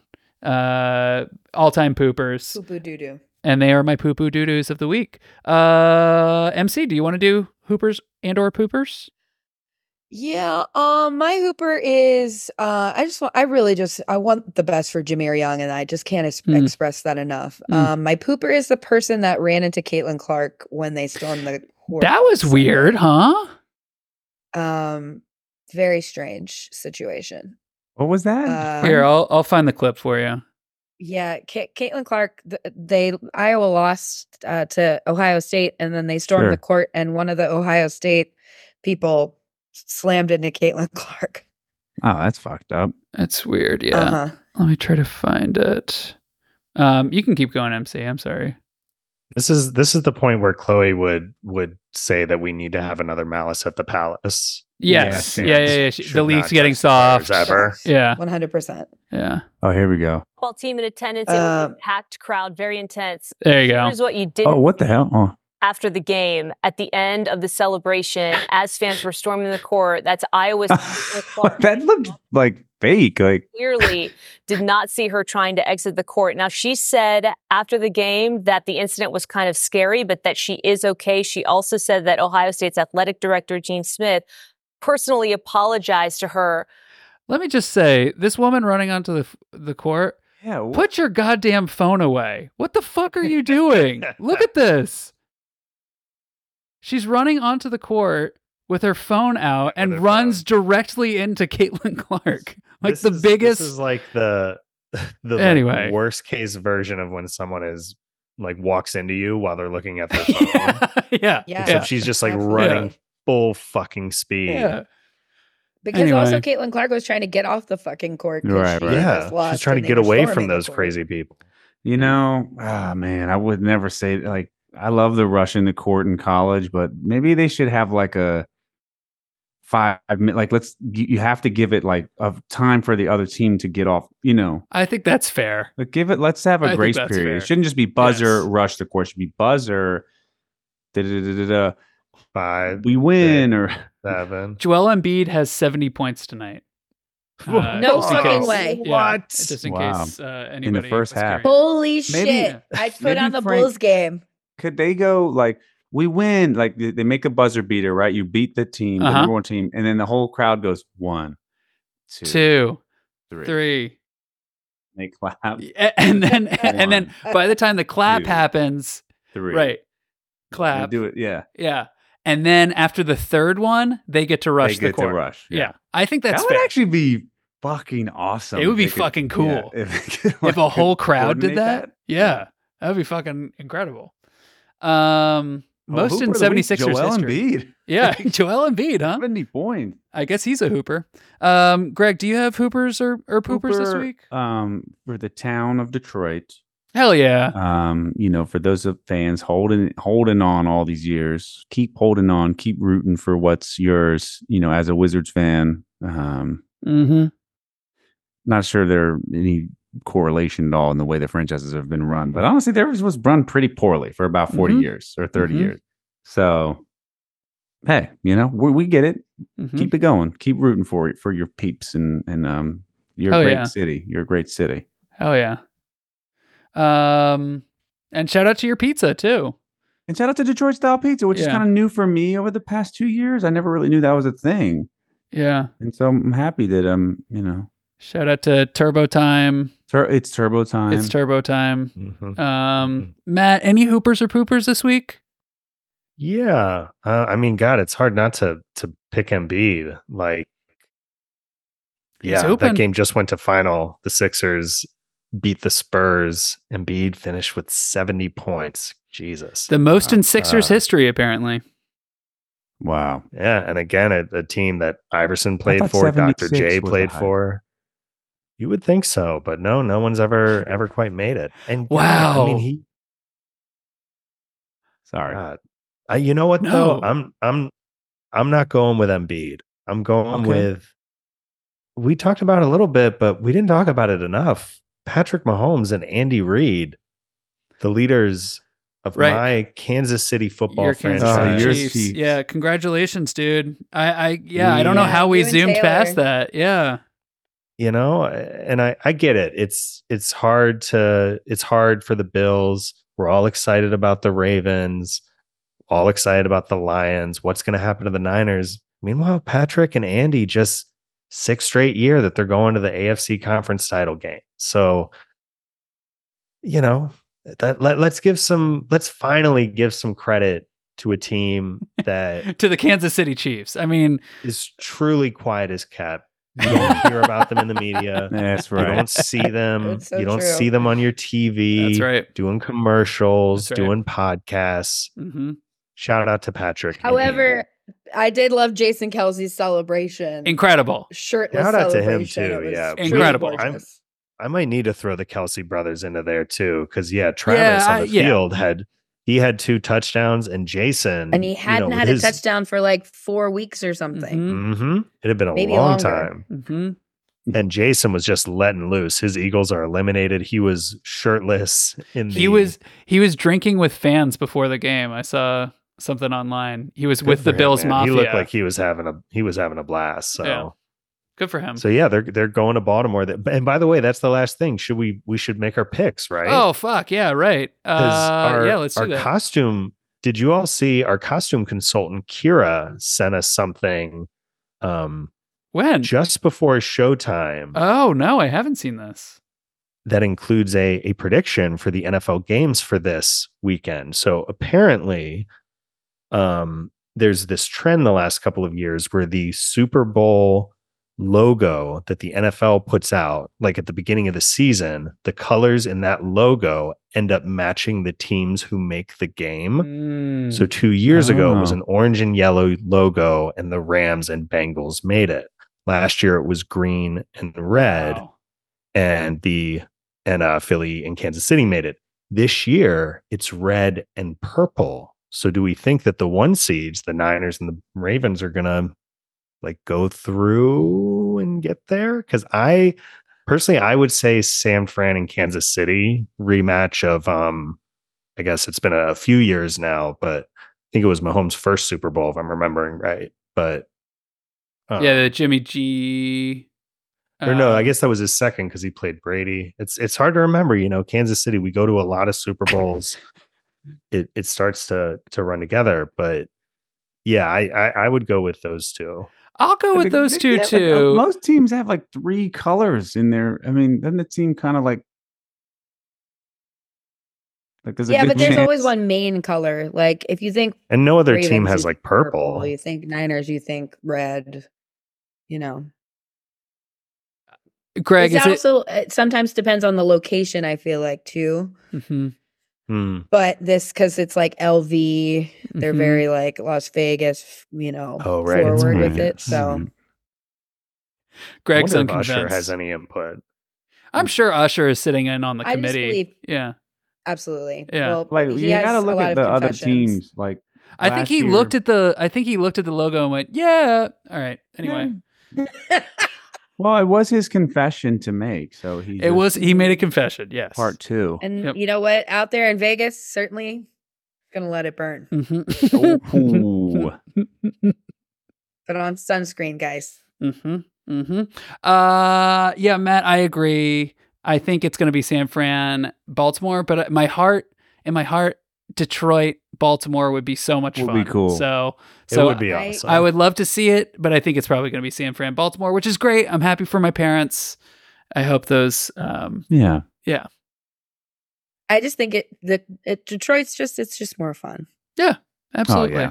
S1: Uh, all time poopers
S2: Poo-poo doo-doo.
S1: and they are my poo poo doo doos of the week. Uh, MC, do you want to do hoopers and or poopers?
S2: Yeah, um, my Hooper is uh I just want I really just I want the best for Jameer Young and I just can't ex-
S1: Mm.
S2: express that enough.
S1: Mm.
S2: Um my Pooper is the person that ran into Caitlin Clark when they stormed the court.
S1: That was
S2: on
S1: weird, huh?
S2: Sunday. Um very strange situation.
S3: What was that?
S2: Uh,
S1: Here, I'll I'll find the clip for you.
S2: Yeah, Ca Caitlin Clark. th- uh, They Iowa lost uh, to Ohio State, and then they stormed the
S3: Sure.
S2: court, and one of the Ohio State people slammed into Caitlin <laughs> Clark.
S3: oh, that's fucked up.
S1: That's weird. Yeah.
S4: <laughs>
S2: Uh-huh.
S1: Let me try to find it. Um, you can keep going, MC. I'm sorry.
S4: this is this is the point where Chloe would would say that we need to have another malice at the palace.
S1: Yes.
S3: Yes,
S1: yeah, yeah,
S4: yes.
S1: yeah. She-
S4: Should
S1: The
S4: not
S1: league's getting
S4: justify
S1: soft.
S4: yours ever.
S1: Yeah.
S2: One hundred percent.
S1: Yeah.
S3: Oh, here we go.
S7: football team in attendance. It was
S3: Uh
S7: a packed crowd, very intense.
S1: There you go.
S7: Here's what you did
S3: Oh, what the hell? Oh,
S7: after the game at the end of the celebration as fans were storming the court. That's
S3: <laughs>
S7: Iowa's
S3: that looked like fake. Like
S7: <laughs> clearly did not see her trying to exit the court. Now, she said after the game that the incident was kind of scary, but that she is okay. She also said that Ohio State's athletic director, Gene Smith, personally apologized to her.
S1: Let me just say, this woman running onto the f- the court.
S3: yeah, wh-
S1: Put your goddamn phone away. What the fuck are you doing? Look at this. She's running onto the court with her phone out
S4: With her
S1: and
S4: phone.
S1: runs directly into Caitlin
S4: <laughs>
S1: Clark. Like
S4: This
S1: the
S4: is-
S1: biggest. <laughs>
S4: This is like the <laughs> the like,
S1: Anyway.
S4: worst case version of when someone is like walks into you while they're
S1: <laughs>
S4: looking at their phone.
S1: yeah. Yeah.
S2: Yeah.
S4: Except she's just like
S2: Absolutely.
S4: running full fucking speed.
S1: yeah.
S2: Because also
S1: Anyway.
S2: Caitlin Clark was trying to get off the fucking court. 'cause
S3: Right,
S2: she
S3: right.
S4: Yeah,
S2: just lost
S4: she's trying
S2: and they
S4: to get
S2: were
S4: away
S2: storming
S4: from
S2: the
S4: those
S2: court.
S4: crazy people.
S3: you know, ah, man, I would never say like I love the rush in the court in college, but maybe they should have like a five minute. Like, let's you, you have to give it like of time for the other team to get off. You know,
S1: I think that's fair.
S3: But give it. Let's have a
S1: I think
S3: grace
S1: that's
S3: period.
S1: fair.
S3: It shouldn't just be buzzer
S1: Yes.
S3: rush the court. It should be buzzer. Da, da, da, da, da,
S4: Five,
S3: we win or
S4: seven.
S1: Joel Embiid has 70 points
S4: <laughs>
S1: tonight. <laughs> Uh,
S2: No
S1: just in
S2: fucking
S1: case-
S2: way.
S1: yeah,
S4: What?
S1: just in
S3: Wow.
S1: case uh, anybody
S3: first
S1: was
S3: half.
S1: curious.
S2: Holy shit.
S3: <laughs>
S2: I put
S3: maybe
S2: on the
S3: Frank-
S2: Bulls game.
S3: could they go like we win? Like they they make a buzzer beater, right? You beat the team, the
S1: Uh-huh.
S3: number one team, and then the whole crowd goes one, two, three.
S1: Two, three.
S3: And <laughs> They clap
S1: A- And then, <laughs> and then
S3: One,
S1: by the time the clap
S3: two,
S1: happens,
S3: three.
S1: right,
S3: They
S1: clap.
S3: do it. Yeah,
S1: Yeah. And then after the third one, they get to rush
S3: they get
S1: the court.
S3: to rush.
S1: Yeah. I think that's
S3: that
S1: fair.
S3: would actually be fucking awesome.
S1: It would
S3: if
S1: be
S3: they could-
S1: fucking
S3: <laughs> yeah,
S1: cool.
S3: if, they could,
S1: if a
S3: like, <laughs> oh,
S1: whole crowd did
S3: coordinate
S1: that, yeah, that would be fucking incredible. Um,
S3: Oh,
S1: most
S3: Hooper
S1: in
S3: of the week,
S1: 76ers
S3: Joel
S1: history.
S3: Embiid, <laughs>
S1: Yeah, <laughs> Joel Embiid, huh?
S3: seventy points.
S1: I guess he's a hooper. Um, Greg, do you have hoopers or, or poopers this
S3: Hooper,
S1: week?
S3: Um, for the town of Detroit.
S1: Hell yeah.
S3: Um, you know, for those of fans holding holding on all these years, keep holding on, keep rooting for what's yours. You know, as a Wizards fan, um,
S1: Mm-hmm.
S3: not sure there any correlation at all in the way the franchises have been run, but honestly, theirs was run pretty poorly for about 40
S1: Mhm.
S3: years or 30
S1: Mhm.
S3: years. So, hey, you know, we, we get it.
S1: Mm-hmm.
S3: Keep it going. Keep rooting for it for your peeps and and um, you're a
S1: Hell
S3: great
S1: yeah.
S3: city. You're a great city.
S1: Hell yeah. Um, and shout out to your pizza too.
S3: And shout out to Detroit Style Pizza, which is
S1: Yeah.
S3: kind of new for me over the past two years. I never really knew that was a thing,
S1: Yeah.
S3: and so I'm happy that um, you know,
S1: Shout out to Turbo Time.
S3: tur- it's turbo time.
S1: It's Turbo Time.
S4: Mhm.
S1: Um, Matt, any hoopers or poopers this week?
S4: Yeah. Uh, I mean, God, it's hard not to to pick Embiid. Like,
S1: He's
S4: yeah,
S1: hooping.
S4: that game just went to final. The Sixers beat the Spurs. Embiid finished with seventy points. Jesus.
S1: The most in Sixers
S4: Uh,
S1: history, apparently.
S3: wow,
S4: Yeah, and again, a, a team that Iverson played
S3: thought
S4: for, Dr. J
S3: 76 was
S4: played
S3: the hype.
S4: for. You would think so, but no, no one's ever ever quite made it. And God, I
S1: Wow.
S4: mean, he.
S3: sorry.
S4: God. Uh, you know what
S1: No.
S4: though? I'm I'm I'm not going with Embiid. I'm going
S3: Okay.
S4: with. We talked about it a little bit, but we didn't talk about it enough. Patrick Mahomes and Andy Reid, the leaders of
S1: Right.
S4: my Kansas City football
S1: Your Kansas
S4: franchise.
S1: City
S3: Oh, yours
S1: Chiefs.
S3: Chiefs.
S1: Yeah, congratulations, dude. I, I yeah, I don't know
S4: Yeah.
S1: how we
S2: You and
S1: zoomed
S2: Taylor.
S1: past that. Yeah.
S4: you know uh, and i i get it it's it's hard to it's hard for the bills we're all excited about the ravens all excited about the lions what's going to happen to the niners meanwhile patrick and andy just six straight year that they're going to the afc conference title game so you know that, let, let's give some let's finally give some credit to a team that
S1: <laughs> To the Kansas City Chiefs. I mean,
S4: is truly quiet as kept you don't hear about them in the media
S1: <laughs>
S3: <laughs> That's
S4: you
S3: right.
S2: <laughs>
S4: don't see them.
S2: That's so
S4: you don't
S2: true.
S4: see them on your TV.
S1: that's right.
S4: Doing commercials,
S1: That's right.
S4: doing podcasts.
S1: hmm
S4: Shout out to Patrick. and
S2: However, I did love Jason Kelsey's celebration.
S1: Incredible.
S2: Shirtless
S4: Shout out to him,
S2: celebration.
S4: too,
S2: It was
S4: yeah.
S2: truly
S1: Incredible.
S2: gorgeous.
S4: I'm- Andy. I might need to throw the Kelsey brothers into there too, because yeah, Travis
S1: Yeah,
S4: on
S1: I-
S4: the
S1: yeah.
S4: field had he had two touchdowns, and Jason
S2: and he
S4: you
S2: hadn't
S4: know,
S2: had
S4: his-
S2: a
S3: Mm-hmm.
S2: touchdown for like four weeks or something.
S1: Mhm.
S4: Mhm. It had been a
S2: Maybe
S4: long
S2: longer.
S4: time.
S1: Mhm.
S4: and Jason was just letting loose. His Eagles are eliminated. He was shirtless in the
S1: He was he was drinking with fans before the game. I saw something online. He was
S4: Good
S1: with
S4: for
S1: the
S4: him,
S1: Bills
S4: man.
S1: Mafia.
S4: He looked like he was having a he was having a blast. So
S1: Yeah. Good for him.
S4: so yeah, they're they're going to Baltimore. That and by the way, that's the last thing. Should we we should make our picks right?
S1: Oh fuck yeah, right.
S4: 'Cause
S1: Uh,
S4: our,
S1: yeah, let's
S4: our
S1: do that.
S4: costume. Did you all see our costume consultant Kira sent us something um
S1: when?
S4: just before showtime
S1: oh no, I haven't seen this.
S4: that includes a a prediction for the NFL games for this weekend. So apparently, um, there's this trend the last couple of years where the Super Bowl logo that the NFL puts out, like at the beginning of the season, the colors in that logo end up matching the teams who make the game.
S2: Hmm.
S1: Mm.
S4: So two years ago, it was
S3: Oh.
S4: an orange and yellow logo, and the Rams and Bengals made it. Last year, it was green and red
S1: Wow.
S4: and the and uh, Philly and Kansas City made it. This year, it's red and purple. So, do we think that the one seeds, the Niners and the Ravens, are gonna like go through and get there? Because I personally, I would say San Fran and Kansas City rematch of um, I guess it's been a few years now, but I think it was Mahomes' first Super Bowl, if I'm remembering right. But uh,
S1: yeah, the Jimmy G.
S4: or no,
S1: uh,
S4: I guess that was his second because he played Brady. It's it's hard to remember, you know. Kansas City, we go to a lot of Super Bowls. it it starts to to run together, but yeah, I I, I would go with those two.
S1: I'll go with
S3: Like,
S1: those
S3: they-
S1: two
S3: they have, like, uh,
S1: too.
S3: most teams have like three colors in there. I mean, doesn't it seem kind of like like there's a
S2: yeah,
S3: good
S2: but there's always
S3: chance-
S2: one main color. Like if you think
S4: And no other team
S2: Ravens,
S4: has
S2: you
S4: like
S2: think
S4: purple.
S2: you think Niners, you think red. You know,
S1: Greg,
S2: it's
S1: is it?
S2: also it sometimes depends on the location. I feel like too,
S1: Mhm,
S4: Hmm.
S2: but this because it's like LV, they're
S1: mhm.
S2: very like Las Vegas. You know,
S4: Oh, right, it's
S2: forward with
S4: Vegas.
S2: it. So
S3: Mhm.
S4: I
S1: Greg's
S4: wonder if Usher
S1: unconvinced.
S4: has any input.
S1: I'm sure Usher is sitting in on the
S2: I just
S1: committee.
S2: believe-
S1: yeah,
S2: absolutely.
S1: Yeah.
S2: Well,
S3: Like
S2: he
S3: you
S2: has a
S3: gotta look
S2: lot
S3: at
S2: of
S3: the other
S2: confessions.
S3: teams. Like
S1: I think
S3: last
S1: he
S3: year-
S1: looked at the. I think he looked at the logo and went, "Yeah, all right." <laughs> Anyway,
S2: Hmm.
S3: Well, it was his confession to make, so he
S1: it
S3: just-
S1: was he made a confession. Yes.
S3: part two.
S2: and
S1: Yep.
S2: you know what? Out there in Vegas, certainly gonna let it burn.
S4: Oh,
S1: Mhm. Mhm.
S2: Put on sunscreen, guys.
S1: Mhm. Mhm. Uh, yeah, Matt, I agree. I think it's going to be San Fran, Baltimore, but uh, my heart, in my heart, Detroit, Baltimore would be so much
S3: Would
S1: fun.
S3: be cool.
S1: So,
S4: It
S1: so
S4: would be
S2: I-
S4: awesome.
S1: I would love to see it, but I think it's probably going to be San Fran, Baltimore, which is great. I'm happy for my parents. I hope those. Um,
S3: <laughs> Yeah,
S2: I just think it the it, Detroit's just it's just more fun.
S3: Oh,
S1: absolutely.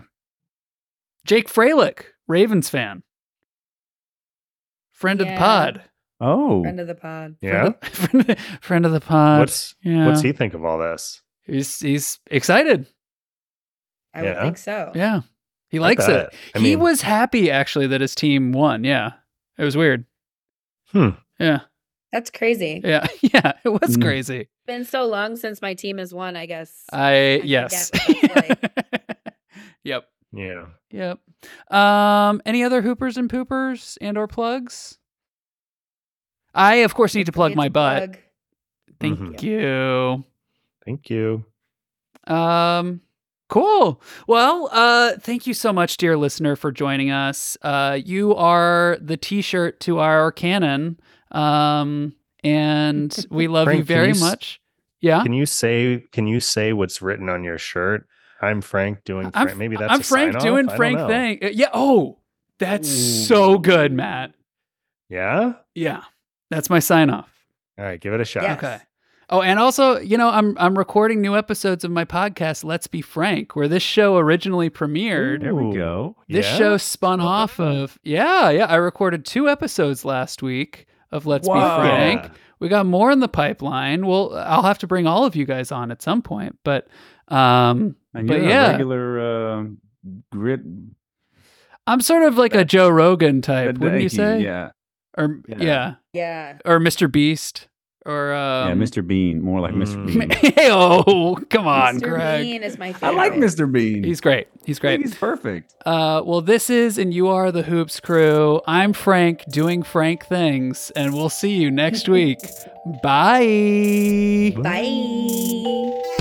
S1: Jake Fralick, Ravens fan, friend of the
S2: Yeah.
S1: pod.
S3: Oh,
S2: Friend of the pod.
S4: yeah.
S1: Friend of- <laughs> friend of, friend of the pod.
S4: What's
S1: yeah.
S4: what's he think of all this?
S1: He's he's excited.
S2: I would
S4: Yeah.
S2: think so.
S1: Yeah, he likes
S4: bet.
S1: it.
S4: I
S1: he
S4: mean-
S1: was happy actually that his team won. Yeah, it was weird.
S4: Hmm.
S1: Yeah,
S2: That's crazy. It's
S1: yeah, <laughs> yeah. It was
S4: Mm-hmm.
S3: Mm.
S1: crazy.
S2: been so long since my team has won, I guess.
S1: I
S2: forget
S1: yes.
S2: what it's
S1: <laughs> yep.
S4: Yeah.
S1: Yep. Um, any other hoopers and poopers and or plugs? I of course need to plug
S2: It's
S1: my
S2: a
S1: butt.
S2: plug.
S1: Thank
S4: Mhm.
S1: you.
S4: Thank you.
S1: Um, cool. Well, uh, thank you so much, dear listener, for joining us. Uh, you are the T-shirt to our canon, um,
S4: <laughs>
S1: and we love you
S4: Frank, can
S1: very
S4: you s-
S1: much. Yeah,
S4: Can you say can you say what's written on your shirt? I'm Frank doing
S1: I'm
S4: Frank. Maybe that's
S1: I'm
S4: a
S1: Frank
S4: sign-off? I
S1: doing
S4: don't
S1: Frank
S4: know.
S1: thing. Uh, Yeah. Oh, that's so good, Matt.
S4: Yeah.
S1: Yeah, that's my sign off.
S4: All right, give it a shot.
S2: Yeah.
S1: Okay. Oh, and also, you know, I'm I'm recording new episodes of my podcast, Let's Be Frank, where this show originally premiered.
S3: there we
S4: Ooh.
S3: go.
S1: This
S4: Yeah?
S1: show spun
S4: Oh,
S1: off
S4: wow.
S1: of yeah, yeah. I recorded two episodes last week of Let's
S3: Wow.
S1: Be Frank.
S4: Yeah.
S1: We got more in the pipeline. Well, I'll have to bring all of you guys on at some point, but um,
S3: And
S1: but
S3: you're
S1: yeah,
S3: a regular uh, grit.
S1: I'm sort of like a Joe Rogan type, wouldn't you say?
S3: Yeah,
S1: Or yeah.
S3: Yeah.
S2: Yeah.
S1: or Mr. Beast or um,
S3: yeah,
S1: <laughs>
S3: Mr. Bean, more like Mr. Bean.
S1: Hey, oh, come on,
S2: Mr.
S1: Greg.
S2: Bean is my
S3: <laughs> I
S2: favorite.
S3: like Mr. Bean.
S1: He's great. He's
S3: I think
S1: great.
S3: He's perfect.
S1: Uh, well, this is and you are the Hoops crew. I'm Frank doing Frank things, and we'll see you next week. Bye.
S2: Bye.